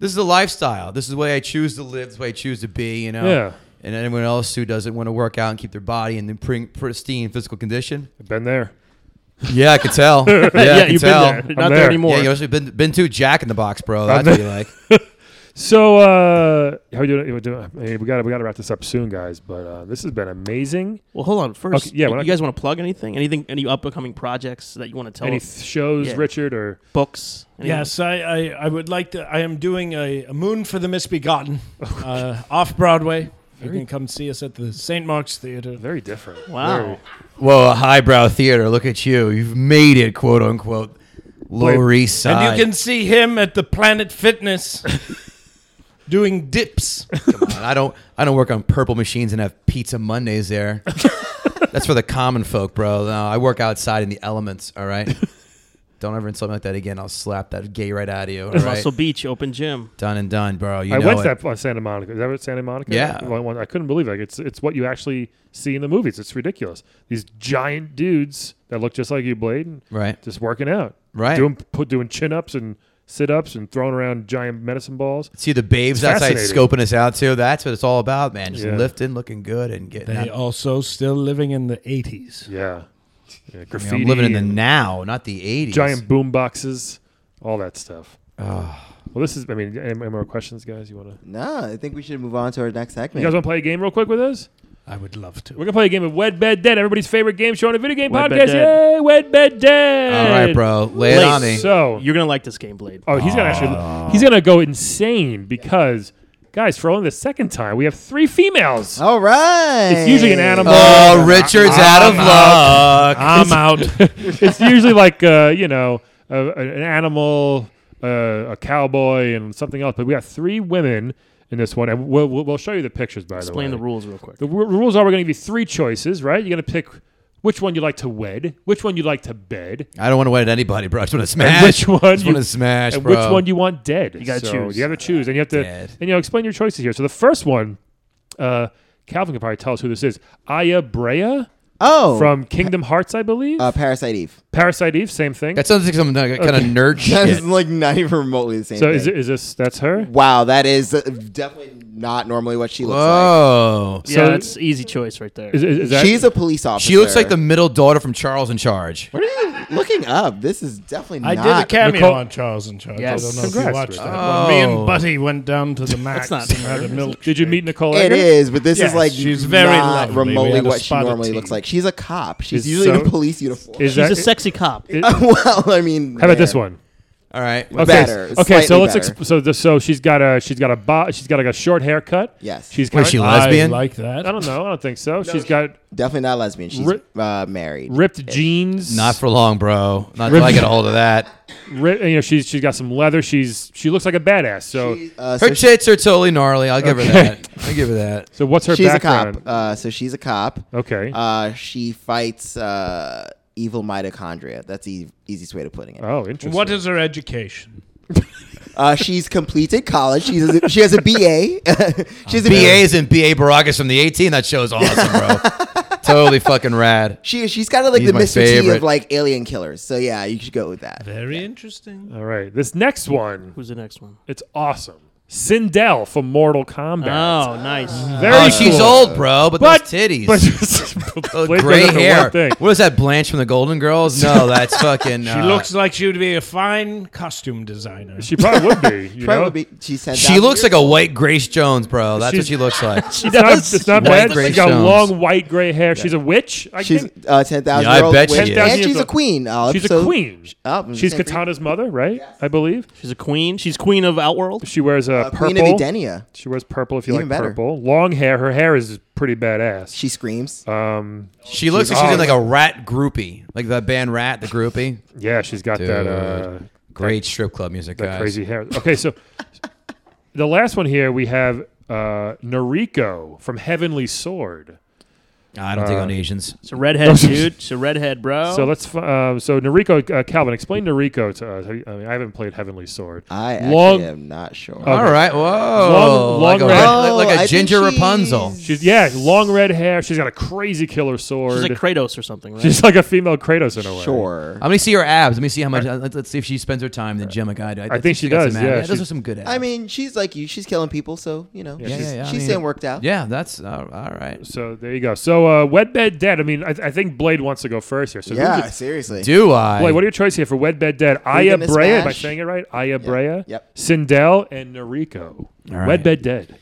[SPEAKER 6] This is the lifestyle. This is the way I choose to live. This is the way I choose to be. You know.
[SPEAKER 1] Yeah.
[SPEAKER 6] And anyone else who doesn't want to work out and keep their body in the pr- pristine physical condition.
[SPEAKER 1] I've been there.
[SPEAKER 6] *laughs* Yeah, I could tell. Yeah, I could
[SPEAKER 5] you've
[SPEAKER 6] tell.
[SPEAKER 5] been there.
[SPEAKER 1] I'm
[SPEAKER 5] Not there,
[SPEAKER 1] there.
[SPEAKER 5] anymore.
[SPEAKER 6] Yeah, you also been been to Jack in the Box, bro. That's what you like.
[SPEAKER 1] So uh, how we doing? We, doing hey, we got we got to wrap this up soon, guys. But uh, this has been amazing.
[SPEAKER 5] well, hold on. First,
[SPEAKER 1] Okay, yeah,
[SPEAKER 5] you,
[SPEAKER 1] when I-
[SPEAKER 5] you guys want to plug anything? Anything? Any upcoming projects that you want to tell
[SPEAKER 1] Any
[SPEAKER 5] us?
[SPEAKER 1] th- shows,
[SPEAKER 5] Yeah.
[SPEAKER 1] Richard, or
[SPEAKER 5] Books? Anything?
[SPEAKER 4] Yes, I, I, I would like to. I am doing a, a Moon for the Misbegotten uh, off Broadway You can come see us at the St. Mark's Theater.
[SPEAKER 1] Very different.
[SPEAKER 5] Wow.
[SPEAKER 1] Very-
[SPEAKER 6] Whoa, a highbrow theater. Look at you. You've made it, quote unquote. Lower East Side.
[SPEAKER 4] And you can see him at the Planet Fitness doing dips.
[SPEAKER 6] Come on, I don't. I don't work on purple machines and have pizza
[SPEAKER 1] *laughs*
[SPEAKER 6] Mondays there. That's for the common folk, bro. No, I work outside in the elements.
[SPEAKER 1] *laughs*
[SPEAKER 6] All right. Don't ever insult me like that again. I'll slap that gay right out of you. All right.
[SPEAKER 5] Muscle Beach Open Gym.
[SPEAKER 6] done and done, bro. You
[SPEAKER 1] I
[SPEAKER 6] know
[SPEAKER 1] went
[SPEAKER 6] it.
[SPEAKER 1] to that on Santa Monica. Is that what Santa Monica? is?
[SPEAKER 6] Yeah.
[SPEAKER 1] The one- one- I couldn't believe it. It's it's what you actually see in the movies. It's ridiculous. These giant dudes that look just like you, Blade, and
[SPEAKER 6] Right.
[SPEAKER 1] just working out,
[SPEAKER 6] Right.
[SPEAKER 1] Doing put, doing chin ups and sit ups and throwing around giant medicine balls.
[SPEAKER 6] See the babes
[SPEAKER 1] It's
[SPEAKER 6] outside
[SPEAKER 1] fascinating.
[SPEAKER 6] scoping us out too. That's what it's all about, man. Just
[SPEAKER 1] Yeah.
[SPEAKER 6] lifting, looking good, and getting.
[SPEAKER 4] They
[SPEAKER 6] Out.
[SPEAKER 4] also still living in the 80s.
[SPEAKER 1] Yeah, yeah
[SPEAKER 6] I mean,
[SPEAKER 1] graffiti.
[SPEAKER 6] I'm living in the
[SPEAKER 1] and
[SPEAKER 6] now, not the '80s.
[SPEAKER 1] giant boom boxes, all that stuff.
[SPEAKER 6] Oh,
[SPEAKER 1] Well, this is. I mean, any, any more questions, guys? You want to?
[SPEAKER 3] No, I think we should move on to our next
[SPEAKER 1] You
[SPEAKER 3] segment.
[SPEAKER 1] guys want to play a game real quick with us?
[SPEAKER 4] I would love to.
[SPEAKER 1] We're gonna play a game of Wed Bed Dead, everybody's favorite game show on a video game
[SPEAKER 5] Wed, Bed,
[SPEAKER 1] podcast.
[SPEAKER 5] Dead.
[SPEAKER 1] Yay, Wed Bed Dead!
[SPEAKER 6] all right, bro. Lay it on me.
[SPEAKER 1] So
[SPEAKER 5] You're gonna like this game, Blade.
[SPEAKER 1] Oh, he's gonna actually he's gonna go insane because guys, for only the second time, we have three females.
[SPEAKER 3] All right. Uh,
[SPEAKER 1] It's usually an animal.
[SPEAKER 6] Oh, Richard's out of luck.
[SPEAKER 4] I'm out.
[SPEAKER 6] *laughs*
[SPEAKER 1] it's usually like uh, you know a, a- an animal, uh, a cowboy, and something else. But we have three women in this one, and we'll, we'll, we'll show you the pictures. By
[SPEAKER 5] Explain
[SPEAKER 1] the
[SPEAKER 5] the
[SPEAKER 1] way,
[SPEAKER 5] rules real quick.
[SPEAKER 1] the ru- rules are: we're gonna give you three choices, right? You're gonna pick which one you like to wed, which one you like to bed,
[SPEAKER 6] I don't want to wed anybody, bro. I just want to
[SPEAKER 1] and
[SPEAKER 6] smash.
[SPEAKER 1] which one
[SPEAKER 6] I just
[SPEAKER 1] you-
[SPEAKER 6] want to smash,
[SPEAKER 1] and
[SPEAKER 6] bro.
[SPEAKER 1] which one you want dead. You
[SPEAKER 5] gotta choose.
[SPEAKER 1] You gotta choose, and you have to
[SPEAKER 6] Dead.
[SPEAKER 1] and you know explain your choices here. So the first one, uh, Calvin can probably tell us who this is. Aya Brea
[SPEAKER 3] Oh, from
[SPEAKER 1] from Kingdom Hearts, I believe.
[SPEAKER 3] uh,
[SPEAKER 1] *laughs*
[SPEAKER 3] Parasite Eve.
[SPEAKER 1] Parasite Eve, same thing.
[SPEAKER 6] That sounds like some kind of
[SPEAKER 1] *laughs*
[SPEAKER 6] nerd
[SPEAKER 3] That is
[SPEAKER 6] shit.
[SPEAKER 3] like not even remotely the same.
[SPEAKER 1] So
[SPEAKER 3] thing.
[SPEAKER 1] is, it- is this that's her?
[SPEAKER 3] Wow, that is uh, definitely not normally what she looks
[SPEAKER 6] Whoa.
[SPEAKER 5] yeah,
[SPEAKER 1] so-
[SPEAKER 5] that's easy choice right there.
[SPEAKER 1] Is, is, is
[SPEAKER 3] like.
[SPEAKER 1] that
[SPEAKER 3] She's a police officer.
[SPEAKER 6] She looks like the middle daughter from Charles in Charge.
[SPEAKER 3] What are you looking up? This is definitely
[SPEAKER 4] I
[SPEAKER 3] not.
[SPEAKER 4] did a cameo
[SPEAKER 1] Nicole-
[SPEAKER 4] on Charles and Charles.
[SPEAKER 5] Yes.
[SPEAKER 4] I don't know if you
[SPEAKER 1] Congrats,
[SPEAKER 4] watched
[SPEAKER 1] Richard.
[SPEAKER 4] that. When me
[SPEAKER 6] Oh.
[SPEAKER 4] and Buddy went down to the Max
[SPEAKER 5] not
[SPEAKER 4] and had a milk.
[SPEAKER 1] Did you meet Nicole?
[SPEAKER 3] It
[SPEAKER 1] Eggert?
[SPEAKER 3] is, but this
[SPEAKER 4] Yes,
[SPEAKER 3] is like
[SPEAKER 4] she's very
[SPEAKER 3] not
[SPEAKER 4] lovely. We
[SPEAKER 3] remotely
[SPEAKER 4] had a
[SPEAKER 3] what she
[SPEAKER 4] spotted
[SPEAKER 3] normally
[SPEAKER 4] team.
[SPEAKER 3] looks like. She's a cop. She's
[SPEAKER 1] Is
[SPEAKER 3] usually in
[SPEAKER 1] so-
[SPEAKER 3] a police uniform.
[SPEAKER 1] Is
[SPEAKER 5] She's
[SPEAKER 1] that,
[SPEAKER 5] a sexy cop.
[SPEAKER 1] is- how
[SPEAKER 3] *laughs* well, I mean,
[SPEAKER 1] about this one?
[SPEAKER 6] All right.
[SPEAKER 1] Okay,
[SPEAKER 3] Better,
[SPEAKER 1] s- Okay, so
[SPEAKER 3] slightly
[SPEAKER 1] let's
[SPEAKER 3] better.
[SPEAKER 1] exp- so the, so she's got a she's got a bo- she's got like a short haircut.
[SPEAKER 3] Yes.
[SPEAKER 1] she's got.
[SPEAKER 6] Was she lesbian?
[SPEAKER 4] I like that.
[SPEAKER 1] I don't know. I don't think so. she's got
[SPEAKER 3] Definitely not lesbian. She's
[SPEAKER 1] Ri-
[SPEAKER 3] uh, married.
[SPEAKER 1] ripped jeans.
[SPEAKER 6] Not for long, bro. Not till I get a hold of that.
[SPEAKER 1] ri- you know she's she's got some leather. She's she looks like a badass. So
[SPEAKER 3] She- uh,
[SPEAKER 6] Her
[SPEAKER 3] so
[SPEAKER 6] tits are totally gnarly. I'll give her that. I'll give
[SPEAKER 1] *laughs*
[SPEAKER 6] her that.
[SPEAKER 1] so what's her
[SPEAKER 3] she's a
[SPEAKER 1] background?
[SPEAKER 3] cop. Uh, so she's a cop.
[SPEAKER 1] okay.
[SPEAKER 3] Uh, she fights uh, evil mitochondria. That's the easiest way to putting it.
[SPEAKER 1] oh, interesting.
[SPEAKER 4] What is her education?
[SPEAKER 3] Uh, she's completed college. She's a, she has a *laughs* BA. she has a BA.
[SPEAKER 6] BA's and BA Baracus from the 18. That show's awesome,
[SPEAKER 1] *laughs*
[SPEAKER 6] bro. totally fucking rad.
[SPEAKER 3] She she's kind of like
[SPEAKER 6] He's
[SPEAKER 3] the
[SPEAKER 6] my
[SPEAKER 3] Mr. T
[SPEAKER 6] favorite.
[SPEAKER 3] of like alien killers. So yeah, you should go with that.
[SPEAKER 4] Very interesting.
[SPEAKER 1] All right. This next one,
[SPEAKER 5] Who's the next one?
[SPEAKER 1] it's awesome. Sindel from Mortal Kombat.
[SPEAKER 5] Oh, nice.
[SPEAKER 1] Very
[SPEAKER 6] Oh, she's
[SPEAKER 1] cool.
[SPEAKER 6] old, bro, but,
[SPEAKER 1] But
[SPEAKER 6] those titties.
[SPEAKER 3] *laughs*
[SPEAKER 1] But
[SPEAKER 6] Those
[SPEAKER 1] Blake
[SPEAKER 6] gray
[SPEAKER 1] doesn't know
[SPEAKER 6] hair.
[SPEAKER 1] one thing.
[SPEAKER 6] What is that, Blanche from the Golden Girls?
[SPEAKER 1] *laughs*
[SPEAKER 6] No, that's fucking.
[SPEAKER 4] She
[SPEAKER 6] uh,
[SPEAKER 4] looks like she would be a fine costume designer.
[SPEAKER 1] She probably would be. You know?
[SPEAKER 3] Probably be- she sent.
[SPEAKER 6] She looks like a white Grace Jones, bro. That's what
[SPEAKER 1] She's-
[SPEAKER 6] she looks
[SPEAKER 1] *laughs*
[SPEAKER 6] like.
[SPEAKER 1] It's not, it's not
[SPEAKER 6] White
[SPEAKER 1] bad.
[SPEAKER 6] gray
[SPEAKER 1] She's got
[SPEAKER 6] stones.
[SPEAKER 1] long white gray hair. She's a witch. I
[SPEAKER 3] she's
[SPEAKER 1] think.
[SPEAKER 3] uh, ten thousand.
[SPEAKER 6] Yeah, I
[SPEAKER 3] year old
[SPEAKER 6] bet she
[SPEAKER 3] witch,
[SPEAKER 6] is.
[SPEAKER 3] and
[SPEAKER 1] 10,000
[SPEAKER 3] she's
[SPEAKER 1] years
[SPEAKER 3] a queen. Oh,
[SPEAKER 1] She's
[SPEAKER 3] so-
[SPEAKER 1] a queen.
[SPEAKER 3] Oh, I'm
[SPEAKER 1] she's
[SPEAKER 3] saying for you.
[SPEAKER 1] Katana's mother, right? I believe
[SPEAKER 5] She's a queen. She's queen of Outworld.
[SPEAKER 1] she wears a
[SPEAKER 3] Uh,
[SPEAKER 1] purple.
[SPEAKER 3] Queen of Edenia.
[SPEAKER 1] she wears purple. If you
[SPEAKER 3] Even
[SPEAKER 1] like
[SPEAKER 3] better.
[SPEAKER 1] purple, long hair. Her hair is pretty badass.
[SPEAKER 3] She screams.
[SPEAKER 1] Um,
[SPEAKER 6] She looks
[SPEAKER 1] She's
[SPEAKER 6] like she's in
[SPEAKER 1] awesome.
[SPEAKER 6] like a rat groupie, like the band Rat, the groupie.
[SPEAKER 1] yeah, she's got that. Uh,
[SPEAKER 6] Dude. Great strip club music,
[SPEAKER 1] that
[SPEAKER 6] guys.
[SPEAKER 1] crazy hair. Okay,
[SPEAKER 6] *laughs*
[SPEAKER 1] so the last one here we have uh, Noriko from Heavenly Sword.
[SPEAKER 6] I don't think on Asians.
[SPEAKER 5] She's
[SPEAKER 1] *laughs*
[SPEAKER 5] a redhead, dude. She's a redhead, bro.
[SPEAKER 3] Oh.
[SPEAKER 1] So let's. fi- Uh, so Noriko, uh, Calvin, explain Noriko to us. Have you- I mean, I haven't played Heavenly Sword.
[SPEAKER 3] I actually
[SPEAKER 1] long-
[SPEAKER 3] am not sure.
[SPEAKER 1] Oh,
[SPEAKER 6] All right, whoa,
[SPEAKER 1] Long-
[SPEAKER 6] like a,
[SPEAKER 1] long red-
[SPEAKER 6] like- like
[SPEAKER 3] Oh, I
[SPEAKER 6] a
[SPEAKER 3] think
[SPEAKER 6] ginger
[SPEAKER 3] she's-
[SPEAKER 6] Rapunzel.
[SPEAKER 1] She's yeah, long red hair. She's got a crazy killer sword.
[SPEAKER 5] she's like Kratos or something,
[SPEAKER 1] *laughs*
[SPEAKER 5] right?
[SPEAKER 1] She's like a female Kratos in a way.
[SPEAKER 3] sure.
[SPEAKER 6] I'm gonna see her abs. Let me see how much. uh, Let's, let's see if she spends her time in the gym like I do. I,
[SPEAKER 1] think she
[SPEAKER 6] got
[SPEAKER 1] does,
[SPEAKER 6] some abs.
[SPEAKER 1] yeah,
[SPEAKER 6] those
[SPEAKER 1] she's-
[SPEAKER 6] are some good abs.
[SPEAKER 3] I mean, she's like you. She's killing people, so you know,
[SPEAKER 6] yeah,
[SPEAKER 3] she's,
[SPEAKER 6] yeah, I
[SPEAKER 3] she's
[SPEAKER 6] mean-
[SPEAKER 3] staying worked out.
[SPEAKER 6] yeah, that's uh, all right.
[SPEAKER 1] So there you go. So uh, wed bed dead. I mean, I, I think Blade wants to go first here. So
[SPEAKER 3] Yeah,
[SPEAKER 1] who's it-
[SPEAKER 3] seriously.
[SPEAKER 6] Do I?
[SPEAKER 1] Blade, what are your choices here for wed bed dead? Aya
[SPEAKER 3] gonna
[SPEAKER 1] Brea, am I
[SPEAKER 3] smash?
[SPEAKER 1] saying it right? Aya Brea,
[SPEAKER 3] Yep.
[SPEAKER 1] Sindel, and Noriko.
[SPEAKER 6] All right.
[SPEAKER 1] Wed bed dead.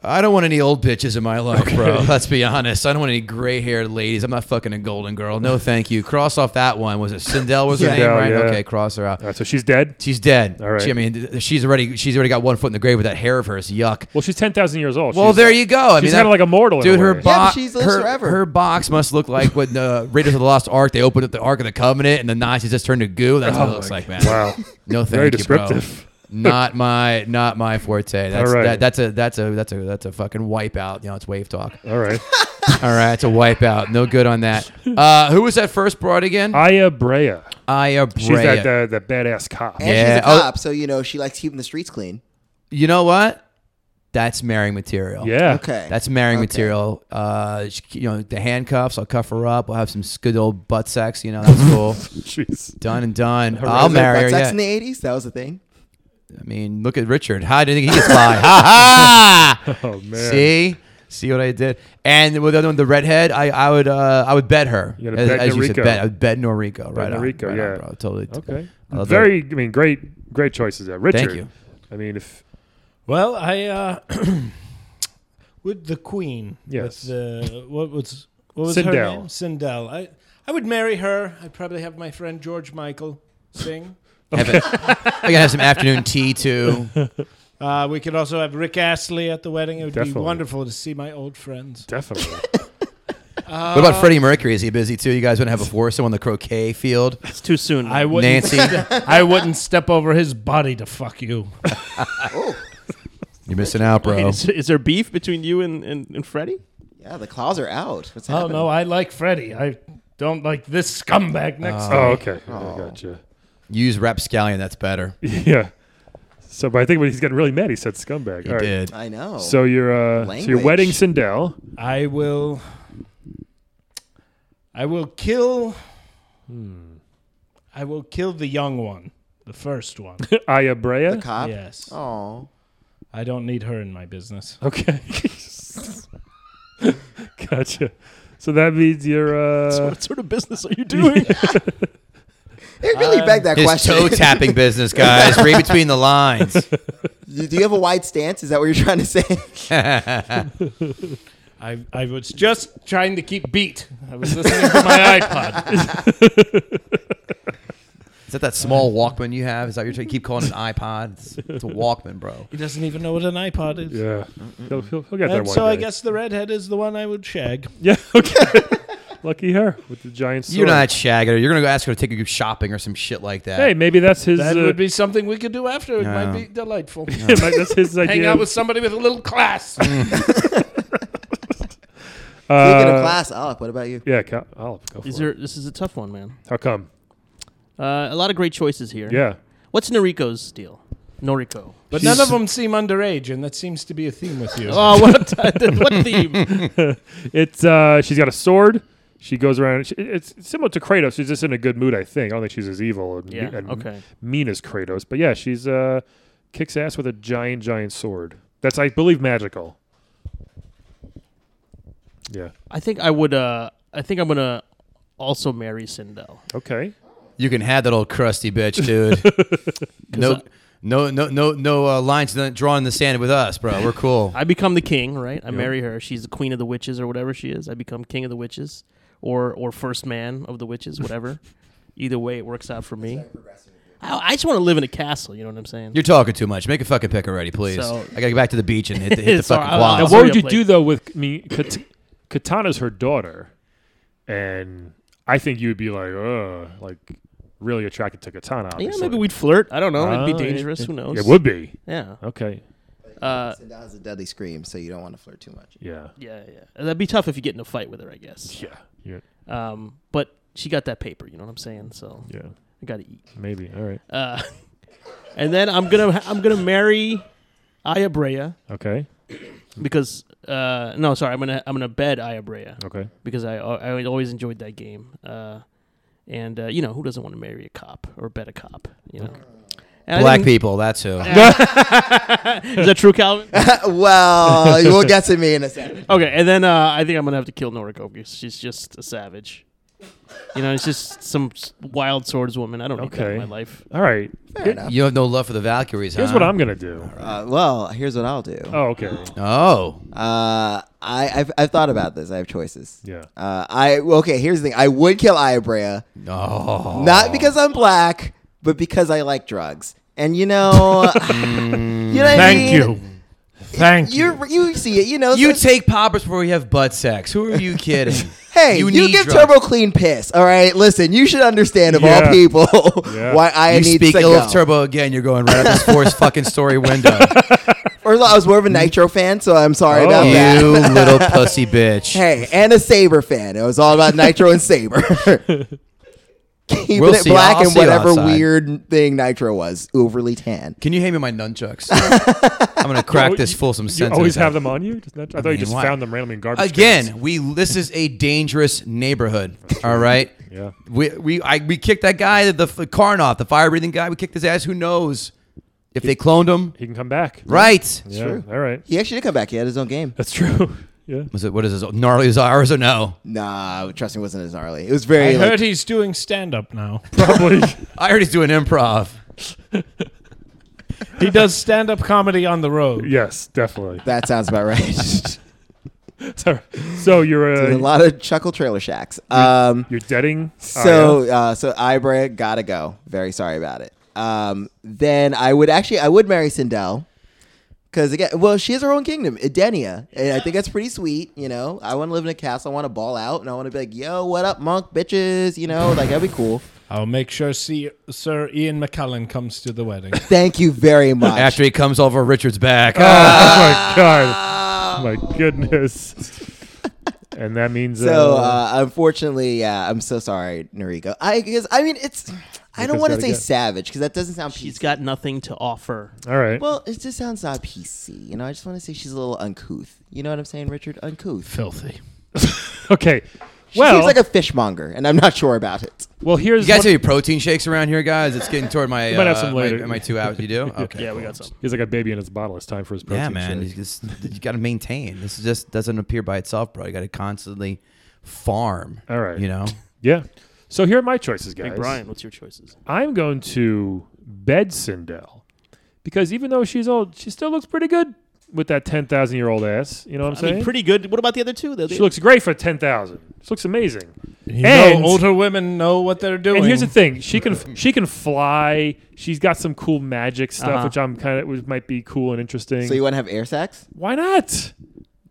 [SPEAKER 6] I don't want any old bitches in my life, bro. Let's be honest. I don't want any gray haired ladies. I'm not fucking a golden girl. No, thank you. Cross off that one. Was it Sindel? Was her
[SPEAKER 3] Yeah.
[SPEAKER 6] name
[SPEAKER 1] Sindel,
[SPEAKER 6] right?
[SPEAKER 1] yeah.
[SPEAKER 6] Okay, cross her out.
[SPEAKER 1] All right, so she's dead.
[SPEAKER 6] She's dead.
[SPEAKER 1] All right.
[SPEAKER 6] She, I mean, th- she's already she's already got one foot in the grave with that hair of hers. Yuck.
[SPEAKER 1] Well, she's ten thousand years old.
[SPEAKER 6] Well,
[SPEAKER 1] she's,
[SPEAKER 6] there you go. I mean,
[SPEAKER 1] she's
[SPEAKER 6] that-
[SPEAKER 1] kind of like a mortal. in
[SPEAKER 6] Dude,
[SPEAKER 1] a
[SPEAKER 6] her
[SPEAKER 1] way.
[SPEAKER 3] bo- Yeah, but
[SPEAKER 6] box,
[SPEAKER 3] she's lived
[SPEAKER 6] her,
[SPEAKER 3] forever.
[SPEAKER 6] her box must look like when uh, Raiders of the Lost Ark. They opened up the Ark of the Covenant, and the Nazis just turned to goo. That's what it
[SPEAKER 1] Oh
[SPEAKER 6] looks
[SPEAKER 1] my
[SPEAKER 6] like, man.
[SPEAKER 1] Wow,
[SPEAKER 6] No, thank
[SPEAKER 1] very
[SPEAKER 6] you,
[SPEAKER 1] descriptive. *laughs*
[SPEAKER 6] bro. Not my, not my forte. That's
[SPEAKER 1] All right.
[SPEAKER 6] that, that's a that's a that's a that's a fucking wipeout. You know, it's wave talk.
[SPEAKER 1] All right,
[SPEAKER 6] All right, it's a wipeout. No good on that. Uh, who was that first broad
[SPEAKER 1] *laughs*
[SPEAKER 6] again?
[SPEAKER 1] Aya Brea.
[SPEAKER 6] Aya Brea.
[SPEAKER 1] She's that uh, that badass cop.
[SPEAKER 3] And
[SPEAKER 6] Yeah,
[SPEAKER 3] she's a
[SPEAKER 6] oh.
[SPEAKER 3] cop, so you know she likes keeping the streets clean.
[SPEAKER 6] you know what? That's marrying material.
[SPEAKER 1] Yeah.
[SPEAKER 3] Okay.
[SPEAKER 6] That's marrying
[SPEAKER 3] Okay.
[SPEAKER 6] material. Uh, she- you know, the handcuffs. I'll cuff her up. We'll have some good old butt sex. You know,
[SPEAKER 1] *laughs*
[SPEAKER 6] that's cool.
[SPEAKER 1] Jeez.
[SPEAKER 6] done and done. I'll
[SPEAKER 3] Was there
[SPEAKER 6] marry
[SPEAKER 3] butt
[SPEAKER 6] her.
[SPEAKER 3] sex
[SPEAKER 6] Yeah.
[SPEAKER 3] in the eighties. That was a
[SPEAKER 6] *laughs*
[SPEAKER 3] thing.
[SPEAKER 6] I mean, look at Richard. How do you think he gets by? ha
[SPEAKER 1] *laughs*
[SPEAKER 6] ha!
[SPEAKER 1] Oh man.
[SPEAKER 6] See, see what I did. And with the other one, the redhead, I, I would uh, I would bet her.
[SPEAKER 1] You're gonna
[SPEAKER 6] as,
[SPEAKER 1] bet
[SPEAKER 6] as you said,
[SPEAKER 1] Noriko.
[SPEAKER 6] bet. I would bet Noriko. Right on.
[SPEAKER 1] Noriko,
[SPEAKER 6] right on,
[SPEAKER 1] yeah.
[SPEAKER 6] bro. Totally.
[SPEAKER 1] Okay.
[SPEAKER 6] Although-
[SPEAKER 1] Very. I mean, great. Great choices there, Richard.
[SPEAKER 6] you.
[SPEAKER 1] I mean, if
[SPEAKER 4] Well, I uh, *clears throat* with the Queen. with
[SPEAKER 1] Yes.
[SPEAKER 4] the what was what was her
[SPEAKER 1] Sindel.
[SPEAKER 4] name? Sindel. I I would marry her. I'd probably have my friend George Michael *laughs* sing.
[SPEAKER 6] Have it. I gotta have some afternoon tea too.
[SPEAKER 4] uh, we could also have Rick Astley at the wedding. It would be
[SPEAKER 1] Definitely.
[SPEAKER 4] wonderful to see my old friends.
[SPEAKER 1] definitely.
[SPEAKER 6] what about Freddie Mercury? Is he busy too? You guys want to have a foursome on the croquet field?
[SPEAKER 5] It's too soon.
[SPEAKER 4] I
[SPEAKER 5] man.
[SPEAKER 4] wouldn't.
[SPEAKER 6] Nancy.
[SPEAKER 4] *laughs* I wouldn't step over his body to fuck you.
[SPEAKER 3] Oh,
[SPEAKER 6] You're missing out,
[SPEAKER 5] Wait,
[SPEAKER 6] bro.
[SPEAKER 5] Is, is there beef between you and, and, and Freddie?
[SPEAKER 3] Yeah, the claws are out. What's
[SPEAKER 4] Oh
[SPEAKER 3] happening?
[SPEAKER 4] no, I like Freddy. I don't like this scumbag next. to
[SPEAKER 1] oh,
[SPEAKER 4] me.
[SPEAKER 1] okay. I gotcha. *laughs*
[SPEAKER 6] Use rapscallion. That's better. He
[SPEAKER 1] Yeah. So, but I think when he's getting really mad, he said scumbag. All right.
[SPEAKER 6] did.
[SPEAKER 3] I know.
[SPEAKER 1] So you're uh, so you're
[SPEAKER 3] Language.
[SPEAKER 1] wedding Sindel. *laughs*
[SPEAKER 4] I will. I will kill. I will kill the young one, the
[SPEAKER 1] *laughs*
[SPEAKER 4] first one.
[SPEAKER 1] Aya Brea.
[SPEAKER 3] the cop.
[SPEAKER 4] yes,
[SPEAKER 3] Oh,
[SPEAKER 4] I don't need her in my business.
[SPEAKER 1] Okay. gotcha. So that means you're.
[SPEAKER 5] *laughs* So
[SPEAKER 1] Uh,
[SPEAKER 5] what sort of business are you doing?
[SPEAKER 3] it really begged that
[SPEAKER 6] Uh, His
[SPEAKER 3] question. *laughs*
[SPEAKER 6] toe tapping business, guys. Read between the lines.
[SPEAKER 3] Do do you have a wide stance? Is that what you're trying to say? *laughs*
[SPEAKER 4] I I was just *laughs* trying to keep beat. I was listening to
[SPEAKER 5] *laughs*
[SPEAKER 4] my iPod.
[SPEAKER 6] Is that that small Walkman you have? Is that what you're trying to keep calling it an iPod? It's, it's a Walkman, bro.
[SPEAKER 4] He doesn't even know what an iPod is.
[SPEAKER 1] yeah. He'll, he'll, he'll get there
[SPEAKER 4] And
[SPEAKER 1] one
[SPEAKER 4] so
[SPEAKER 1] day.
[SPEAKER 4] I guess the redhead is the one I would shag.
[SPEAKER 1] Yeah. *laughs* Okay. Lucky her with the giant sword.
[SPEAKER 6] You're not shagging her. You're gonna go ask her to take you shopping or some shit like that.
[SPEAKER 1] Hey, maybe that's his.
[SPEAKER 4] That
[SPEAKER 1] uh, *laughs*
[SPEAKER 4] would be something we could do after. It
[SPEAKER 6] Yeah.
[SPEAKER 4] might be delightful.
[SPEAKER 1] that's his idea.
[SPEAKER 4] Hang out with somebody with a little class.
[SPEAKER 3] Speaking
[SPEAKER 1] Uh,
[SPEAKER 3] of class, Alec, what about you?
[SPEAKER 1] Yeah, Cal- I'll go for
[SPEAKER 5] These
[SPEAKER 1] it.
[SPEAKER 5] are, this is a tough one, man.
[SPEAKER 1] How come?
[SPEAKER 5] Uh, a lot of great choices here.
[SPEAKER 1] Yeah.
[SPEAKER 5] What's Noriko's deal? Noriko.
[SPEAKER 4] *laughs* But none of them seem underage, and that seems to be a theme with you.
[SPEAKER 5] Oh, what, *laughs* what theme?
[SPEAKER 1] It's uh, she's got a sword. She goes around. She, it's similar to Kratos. She's just in a good mood, I think. I don't think she's as evil and,
[SPEAKER 5] Yeah,
[SPEAKER 1] and
[SPEAKER 5] okay.
[SPEAKER 1] mean as Kratos. But yeah, she's uh, kicks ass with a giant, giant sword. That's, I believe, magical. Yeah.
[SPEAKER 5] I think I would. Uh, I think I'm gonna also marry Sindel.
[SPEAKER 1] Okay.
[SPEAKER 6] You can have that old crusty
[SPEAKER 1] *laughs*
[SPEAKER 6] bitch, dude. no, no, no, no, no uh, lines done- drawn in the sand with us, bro. We're cool.
[SPEAKER 5] I become the king, right? I marry her. She's the queen of the witches or whatever she is. I become king of the witches, or or first man of the witches, whatever. Either way, it works out for me. I, I just want to live in a castle. You know what I'm saying?
[SPEAKER 6] You're talking too much. Make a fucking pick already, please.
[SPEAKER 5] So-
[SPEAKER 6] I gotta get back to the beach and hit the, hit the
[SPEAKER 5] It's all
[SPEAKER 6] fucking
[SPEAKER 5] right. Now,
[SPEAKER 1] Now,
[SPEAKER 6] quads.
[SPEAKER 5] hurry
[SPEAKER 1] what would
[SPEAKER 5] up,
[SPEAKER 1] you
[SPEAKER 5] like-
[SPEAKER 1] do though with I
[SPEAKER 5] *clears throat*
[SPEAKER 1] mean, Kat- Katana's her daughter, and I think you would be like, uh, like really attracted to Katana.
[SPEAKER 5] yeah,
[SPEAKER 1] obviously.
[SPEAKER 5] maybe we'd flirt. I don't know. It'd
[SPEAKER 1] Ah,
[SPEAKER 5] be dangerous.
[SPEAKER 1] it-
[SPEAKER 5] Who knows?
[SPEAKER 1] It would be.
[SPEAKER 5] Yeah.
[SPEAKER 1] Okay.
[SPEAKER 5] Uh,
[SPEAKER 3] That was a deadly scream, so you don't want to flirt too much.
[SPEAKER 1] Yeah.
[SPEAKER 5] yeah, yeah. That'd be tough if you get in a fight with her, I guess.
[SPEAKER 1] Yeah. Yeah.
[SPEAKER 5] Um, but she got that paper. You know what I'm saying? So
[SPEAKER 1] Yeah.
[SPEAKER 5] I got to eat.
[SPEAKER 1] Maybe. All right.
[SPEAKER 5] Uh, *laughs* and then I'm gonna I'm gonna marry Aya Brea
[SPEAKER 1] Okay.
[SPEAKER 5] because uh, no, sorry, I'm gonna I'm gonna bed Aya Brea
[SPEAKER 1] Okay.
[SPEAKER 5] because I I always enjoyed that game. Uh, and uh, you know who doesn't want to marry a cop or bet a cop? You know, and I
[SPEAKER 6] Black
[SPEAKER 5] think-
[SPEAKER 6] people, that's who.
[SPEAKER 5] Is that true, Calvin?
[SPEAKER 3] *laughs* well, *laughs* you will get to me in a second.
[SPEAKER 5] okay, and then uh, I think I'm gonna have to kill Noriko because she's just a savage. You know, it's just some s- wild swordswoman. I don't know okay.
[SPEAKER 1] Okay.
[SPEAKER 5] in my life.
[SPEAKER 1] All right. Here-
[SPEAKER 3] enough.
[SPEAKER 6] You have no love for the Valkyries,
[SPEAKER 1] Here's
[SPEAKER 6] huh?
[SPEAKER 1] what I'm gonna do.
[SPEAKER 3] Uh, well, here's what I'll do.
[SPEAKER 1] Oh, okay.
[SPEAKER 6] Oh,
[SPEAKER 3] Uh, I I've, I've thought about this. I have choices.
[SPEAKER 1] Yeah.
[SPEAKER 3] Uh, I well, okay. Here's the thing. I would kill Iabrea,
[SPEAKER 6] oh.
[SPEAKER 3] not because I'm black, but because I like drugs. And you know, *laughs* you know what
[SPEAKER 4] Thank you. Thank you.
[SPEAKER 3] You you see it. You know.
[SPEAKER 6] You
[SPEAKER 3] so-
[SPEAKER 6] take poppers before you have butt sex. Who are you kidding?
[SPEAKER 3] hey, you,
[SPEAKER 6] need
[SPEAKER 3] give
[SPEAKER 6] drugs.
[SPEAKER 3] Turbo Clean piss. All right. Listen, you should understand of
[SPEAKER 1] Yeah.
[SPEAKER 3] all people *laughs*
[SPEAKER 1] Yeah.
[SPEAKER 3] why I
[SPEAKER 6] You
[SPEAKER 3] need
[SPEAKER 6] speak
[SPEAKER 3] to
[SPEAKER 6] ill of
[SPEAKER 3] go.
[SPEAKER 6] Turbo again. You're going right out this force fucking story window.
[SPEAKER 3] First of all, I was more of a Nitro fan, so I'm sorry
[SPEAKER 1] Mm-hmm. Oh.
[SPEAKER 3] about that.
[SPEAKER 6] you little pussy bitch.
[SPEAKER 3] Hey, and a Saber fan. It was
[SPEAKER 1] *laughs*
[SPEAKER 3] all about Nitro and Saber. Keeping
[SPEAKER 6] We'll
[SPEAKER 3] it
[SPEAKER 6] see.
[SPEAKER 3] black
[SPEAKER 6] I'll
[SPEAKER 3] and
[SPEAKER 6] see you
[SPEAKER 3] whatever
[SPEAKER 6] outside.
[SPEAKER 3] weird thing Nitro was, overly tan.
[SPEAKER 6] Can you hand me my nunchucks? I'm gonna crack
[SPEAKER 1] Oh,
[SPEAKER 6] this
[SPEAKER 1] you-
[SPEAKER 6] full some
[SPEAKER 1] You
[SPEAKER 6] sense.
[SPEAKER 1] always have them on you. Just not- I thought
[SPEAKER 6] mean,
[SPEAKER 1] you just
[SPEAKER 6] why?
[SPEAKER 1] found them randomly in garbage. cans.
[SPEAKER 6] Again, we this is a dangerous neighborhood. All right.
[SPEAKER 1] Yeah.
[SPEAKER 6] We we I, we kicked that guy, the, the Karnoff, the fire breathing guy. We kicked his ass. Who knows if they cloned him?
[SPEAKER 1] He can come back.
[SPEAKER 6] Right.
[SPEAKER 1] Yeah.
[SPEAKER 3] true.
[SPEAKER 1] All right.
[SPEAKER 3] He actually did come back. He had his own game.
[SPEAKER 1] That's true. *laughs* yeah.
[SPEAKER 6] Was it what is this gnarly as ours or no?
[SPEAKER 3] Nah, trust me, it wasn't as gnarly. It was
[SPEAKER 4] I
[SPEAKER 3] very. like-
[SPEAKER 4] heard he's doing stand up now. *laughs*
[SPEAKER 1] Probably.
[SPEAKER 6] I heard he's doing improv.
[SPEAKER 4] He does stand up comedy on the road.
[SPEAKER 1] yes. Definitely.
[SPEAKER 3] that sounds about
[SPEAKER 1] *laughs*
[SPEAKER 3] right.
[SPEAKER 1] So, *laughs* so you're
[SPEAKER 3] There's
[SPEAKER 1] uh,
[SPEAKER 3] a lot of chuckle trailer shacks. Um,
[SPEAKER 1] you're deading. Oh,
[SPEAKER 3] so uh, so Ibra gotta go. Very sorry about it. Um, then I would actually I would marry Sindel. Cause again, well, she has her own kingdom, Edenia, and I think that's pretty sweet. You know, I want to live in a castle. I want to ball out, and I want to be like, "Yo, what up, monk, bitches?" You know, like that'd be cool.
[SPEAKER 4] I'll make sure see, Sir Ian McKellen comes to
[SPEAKER 1] *laughs*
[SPEAKER 4] the wedding.
[SPEAKER 3] Thank you very much.
[SPEAKER 6] After he comes over Richard's back.
[SPEAKER 1] *laughs*
[SPEAKER 3] uh,
[SPEAKER 1] Oh my god. My goodness. *laughs* and that means
[SPEAKER 3] So uh, unfortunately, yeah, I'm so sorry, Nariko. I because I mean it's I don't
[SPEAKER 1] Nariko's
[SPEAKER 3] want to
[SPEAKER 1] gotta
[SPEAKER 3] say
[SPEAKER 1] go.
[SPEAKER 3] savage because that doesn't sound.
[SPEAKER 5] She's
[SPEAKER 3] PC.
[SPEAKER 5] got nothing to offer.
[SPEAKER 1] all right.
[SPEAKER 3] uh, Well, it just sounds not PC. You know, I just want to say she's a little uncouth. You know what I'm saying, Richard? Uncouth.
[SPEAKER 4] Filthy.
[SPEAKER 1] okay.
[SPEAKER 3] She
[SPEAKER 1] Well,
[SPEAKER 3] seems like a fishmonger, and I'm not sure about it.
[SPEAKER 1] well, here's
[SPEAKER 6] Uh, You guys
[SPEAKER 1] one-
[SPEAKER 6] have any protein shakes around here, guys? It's getting toward my
[SPEAKER 1] might have
[SPEAKER 6] uh,
[SPEAKER 1] some
[SPEAKER 6] my-
[SPEAKER 1] later.
[SPEAKER 6] My, two
[SPEAKER 1] *laughs*
[SPEAKER 6] hours. You do? Okay.
[SPEAKER 5] Yeah, we got some.
[SPEAKER 1] he's like a baby in his bottle. It's time for his protein
[SPEAKER 6] yeah, man. You,
[SPEAKER 1] shake.
[SPEAKER 6] just, you got to maintain. This just doesn't appear by itself, bro. You got to constantly farm.
[SPEAKER 1] All right.
[SPEAKER 6] You know.
[SPEAKER 1] Yeah. So here are my choices, guys.
[SPEAKER 5] Big Brian, what's your choices?
[SPEAKER 1] I'm going to bed Sindel because even though she's old, she still looks pretty good with that 10,000 year old ass. You know what I'm
[SPEAKER 5] I
[SPEAKER 1] saying?
[SPEAKER 5] mean, pretty good. What about the other two? The-
[SPEAKER 1] she looks great for 10,000. She looks amazing.
[SPEAKER 4] You
[SPEAKER 1] And-
[SPEAKER 4] know, older women know what they're doing.
[SPEAKER 1] And here's the thing: she can she can fly. She's got some cool magic stuff,
[SPEAKER 5] Uh-huh.
[SPEAKER 1] which I'm kind of which might be cool and interesting.
[SPEAKER 3] So you want to have air sex?
[SPEAKER 1] Why not?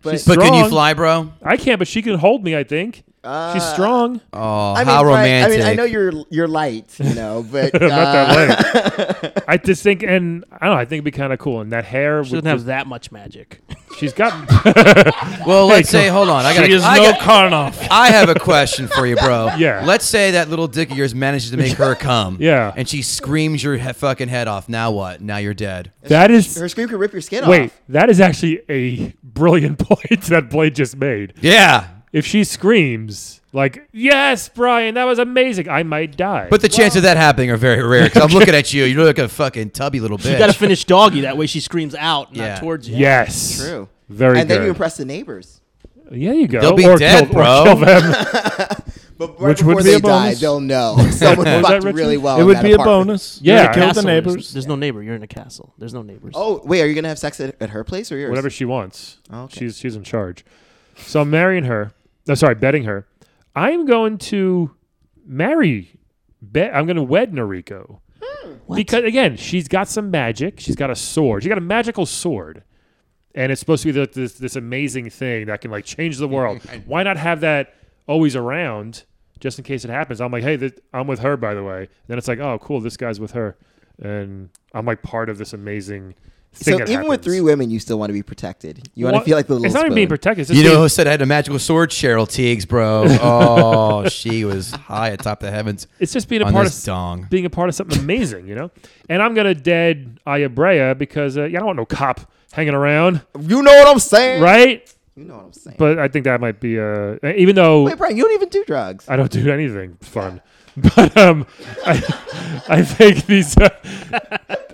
[SPEAKER 3] But-
[SPEAKER 1] she's
[SPEAKER 6] But
[SPEAKER 1] strong.
[SPEAKER 6] can you fly, bro?
[SPEAKER 1] I can't, but she can hold me. I think she's
[SPEAKER 3] Uh,
[SPEAKER 1] strong.
[SPEAKER 6] Oh,
[SPEAKER 3] I mean,
[SPEAKER 6] how
[SPEAKER 3] right,
[SPEAKER 6] romantic!
[SPEAKER 3] I mean, I know you're you're light, you
[SPEAKER 6] *laughs*
[SPEAKER 3] know, but uh,
[SPEAKER 1] Not that
[SPEAKER 3] *laughs*
[SPEAKER 1] way. I just think, and I don't know. I think it'd be kind of cool. And that hair,
[SPEAKER 5] She
[SPEAKER 1] with
[SPEAKER 5] doesn't have
[SPEAKER 1] the-
[SPEAKER 5] that
[SPEAKER 1] *laughs*
[SPEAKER 5] much magic.
[SPEAKER 1] she's got.
[SPEAKER 6] *laughs* Well, let's say, hold on. I got.
[SPEAKER 4] She is
[SPEAKER 6] I,
[SPEAKER 4] no
[SPEAKER 6] got- *laughs*
[SPEAKER 4] Karnoff.
[SPEAKER 6] I have a question for you, bro.
[SPEAKER 1] *laughs* Yeah.
[SPEAKER 6] Let's say that little dick of yours manages to make her come.
[SPEAKER 1] *laughs* Yeah.
[SPEAKER 6] And she screams your he- fucking head off. Now what? Now you're dead.
[SPEAKER 1] that is
[SPEAKER 3] her scream could rip your skin
[SPEAKER 1] wait.
[SPEAKER 3] off.
[SPEAKER 1] That is actually a brilliant *laughs* point that Blade just made.
[SPEAKER 6] Yeah.
[SPEAKER 1] If she screams like, "Yes, Brian, that was amazing," I might die.
[SPEAKER 6] But the chances of that happening are very rare. Because I'm looking at you. You look like a fucking tubby little bitch.
[SPEAKER 5] You got to finish doggy. That way she screams out,
[SPEAKER 6] Yeah.
[SPEAKER 5] not towards you.
[SPEAKER 1] yes,
[SPEAKER 3] True.
[SPEAKER 1] Very
[SPEAKER 3] and
[SPEAKER 1] good.
[SPEAKER 3] then you impress the neighbors.
[SPEAKER 1] Yeah, you go.
[SPEAKER 6] They'll be
[SPEAKER 1] or
[SPEAKER 6] dead,
[SPEAKER 1] kill,
[SPEAKER 6] bro.
[SPEAKER 1] Or kill them.
[SPEAKER 3] But right
[SPEAKER 1] Which would be
[SPEAKER 3] before they
[SPEAKER 1] a
[SPEAKER 3] die,
[SPEAKER 1] bonus.
[SPEAKER 3] they'll know
[SPEAKER 1] What
[SPEAKER 3] someone
[SPEAKER 1] was that,
[SPEAKER 3] fucked
[SPEAKER 1] Richard?
[SPEAKER 3] really well.
[SPEAKER 4] it
[SPEAKER 3] in
[SPEAKER 4] would
[SPEAKER 3] Oh, that
[SPEAKER 4] be
[SPEAKER 3] apartment.
[SPEAKER 4] a bonus.
[SPEAKER 1] Yeah.
[SPEAKER 4] Gotta kill the
[SPEAKER 5] Castle, there's-
[SPEAKER 4] neighbors.
[SPEAKER 5] There's, no neighbor. You're in a castle. There's no neighbors.
[SPEAKER 3] Oh wait, are you gonna have sex at, at her place or yours?
[SPEAKER 1] whatever she wants.
[SPEAKER 3] Oh, okay.
[SPEAKER 1] She's she's in charge. So I'm marrying her. No, sorry, betting her. I'm going to marry. Bet I'm going to wed Noriko because again, she's got some magic. She's got a sword. She got a magical sword, and it's supposed to be the, this this amazing thing that can like change the
[SPEAKER 3] *laughs*
[SPEAKER 1] world. Why not have that always around just in case it happens? I'm like, hey, th- I'm with her by the way. Then it's like, oh, cool, this guy's with her, and I'm like part of this amazing.
[SPEAKER 3] So
[SPEAKER 1] Thing
[SPEAKER 3] even
[SPEAKER 1] that
[SPEAKER 3] with
[SPEAKER 1] happens.
[SPEAKER 3] three women, you still want to be protected. You want
[SPEAKER 1] Well,
[SPEAKER 3] to feel like the little
[SPEAKER 1] It's not
[SPEAKER 3] spoon.
[SPEAKER 1] even being protected. It's just
[SPEAKER 6] You
[SPEAKER 1] being-
[SPEAKER 6] know who said I had a magical sword? Cheryl Teagues, bro.
[SPEAKER 1] *laughs*
[SPEAKER 6] Oh, she was high atop the heavens.
[SPEAKER 1] it's just being a
[SPEAKER 6] on
[SPEAKER 1] part
[SPEAKER 6] this
[SPEAKER 1] of
[SPEAKER 6] dong.
[SPEAKER 1] being a part of something amazing, you know. And I'm gonna dead Ayabrea because uh, yeah, I don't want no cop hanging around,
[SPEAKER 3] you know what I'm saying,
[SPEAKER 1] right?
[SPEAKER 3] You know what I'm saying.
[SPEAKER 1] But I think that might be uh, even though
[SPEAKER 3] Wait, Brian, you don't even do drugs.
[SPEAKER 1] I don't do anything fun, *laughs* but um, I, I think these uh,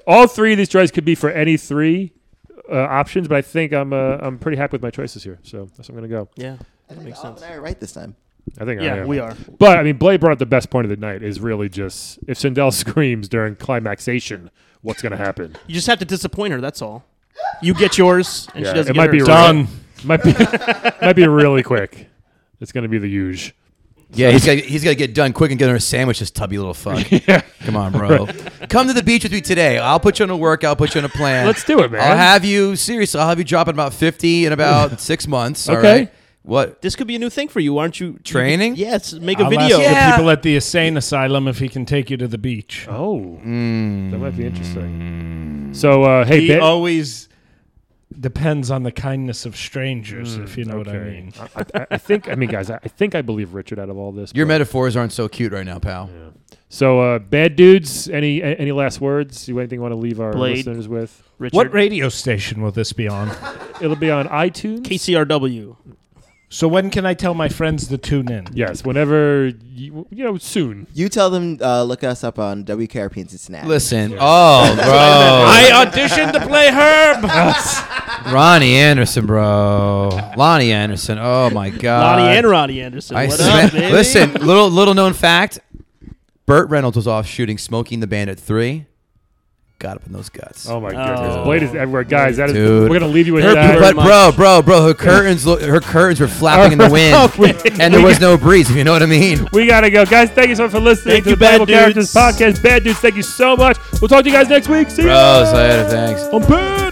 [SPEAKER 1] all three of these choices could be for any three. Uh, options, but I think I'm uh, I'm pretty happy with my choices here, so that's what I'm gonna go.
[SPEAKER 5] Yeah.
[SPEAKER 3] I
[SPEAKER 5] That
[SPEAKER 3] think
[SPEAKER 5] makes
[SPEAKER 3] Olive
[SPEAKER 5] sense.
[SPEAKER 3] and I are right this time.
[SPEAKER 1] I think I
[SPEAKER 5] Yeah,
[SPEAKER 1] am.
[SPEAKER 5] we are.
[SPEAKER 1] But I mean, Blade brought up the best point of the night is really just if Sindel *laughs* screams during climaxation, what's going to happen?
[SPEAKER 5] You just have to disappoint her. That's all. You get yours, and
[SPEAKER 1] Yeah,
[SPEAKER 5] she doesn't.
[SPEAKER 1] it
[SPEAKER 5] get
[SPEAKER 1] might be
[SPEAKER 5] hers.
[SPEAKER 1] Done. Might be *laughs* might be really quick. It's going to be the huge.
[SPEAKER 6] Yeah, he's got he's got to get done quick and get her a sandwich. This tubby
[SPEAKER 1] *laughs*
[SPEAKER 6] little fuck. Come on, bro. Come to the beach with me today. I'll put you on a work. I'll put you on a plan.
[SPEAKER 1] Let's do it, man.
[SPEAKER 6] I'll have you seriously. I'll have you dropping about fifty
[SPEAKER 5] *laughs*
[SPEAKER 6] in about six months. All right.
[SPEAKER 1] Okay.
[SPEAKER 6] What
[SPEAKER 5] This could be a new thing for you, aren't you?
[SPEAKER 6] training?
[SPEAKER 5] Yes. Make a
[SPEAKER 4] I'll
[SPEAKER 5] video.
[SPEAKER 4] ask
[SPEAKER 6] Yeah.
[SPEAKER 4] the people at the insane asylum if he can take you to the beach.
[SPEAKER 1] Oh, that might be interesting. So uh, hey,
[SPEAKER 4] he
[SPEAKER 1] Ben-
[SPEAKER 4] always depends on the kindness of strangers, if you know what I
[SPEAKER 1] okay.
[SPEAKER 4] mean.
[SPEAKER 1] I, I- I think I mean, guys, I, I think I believe Richard out of all this.
[SPEAKER 6] your
[SPEAKER 1] but-
[SPEAKER 6] metaphors aren't so cute right now, pal.
[SPEAKER 1] So uh, bad dudes. Any a- any last words? You anything you want to leave our
[SPEAKER 5] Blade.
[SPEAKER 1] listeners with?
[SPEAKER 5] Richard.
[SPEAKER 4] What radio station will this be on?
[SPEAKER 1] It'll be on iTunes.
[SPEAKER 5] KCRW.
[SPEAKER 4] so when can I tell my friends to tune in?
[SPEAKER 1] Yes, whenever you, you know soon.
[SPEAKER 3] You tell them uh, look us up on WKRP in Cincinnati.
[SPEAKER 5] *laughs*
[SPEAKER 6] Listen, oh,
[SPEAKER 4] I auditioned to play Herb.
[SPEAKER 6] bro, Ronnie Anderson, bro, Lonnie Anderson. Oh my God,
[SPEAKER 5] Lonnie and Ronnie Anderson.
[SPEAKER 6] I
[SPEAKER 5] what
[SPEAKER 6] swear-
[SPEAKER 5] up, baby?
[SPEAKER 6] Listen, little little known fact: Burt Reynolds was off shooting "Smoking the Bandit 3. Got up in those guts.
[SPEAKER 1] Oh my
[SPEAKER 5] Oh.
[SPEAKER 1] goodness, Blade is everywhere, guys. That is
[SPEAKER 6] Dude.
[SPEAKER 1] we're gonna leave you with
[SPEAKER 5] Her-
[SPEAKER 1] that. *laughs*
[SPEAKER 6] but
[SPEAKER 5] very
[SPEAKER 6] bro, bro, bro, her curtains, lo- her curtains were
[SPEAKER 5] *laughs*
[SPEAKER 6] flapping
[SPEAKER 5] Oh,
[SPEAKER 6] in the wind, and there was no breeze. If you know what I mean.
[SPEAKER 1] we gotta go, guys. Thank you so much for listening
[SPEAKER 5] Thank
[SPEAKER 1] to
[SPEAKER 5] you,
[SPEAKER 1] the Bible
[SPEAKER 5] bad
[SPEAKER 1] Characters
[SPEAKER 5] dudes.
[SPEAKER 1] podcast. Bad dudes, thank you so much. We'll talk to you guys next week. See
[SPEAKER 6] Bros, later, thanks.
[SPEAKER 1] you. Peace.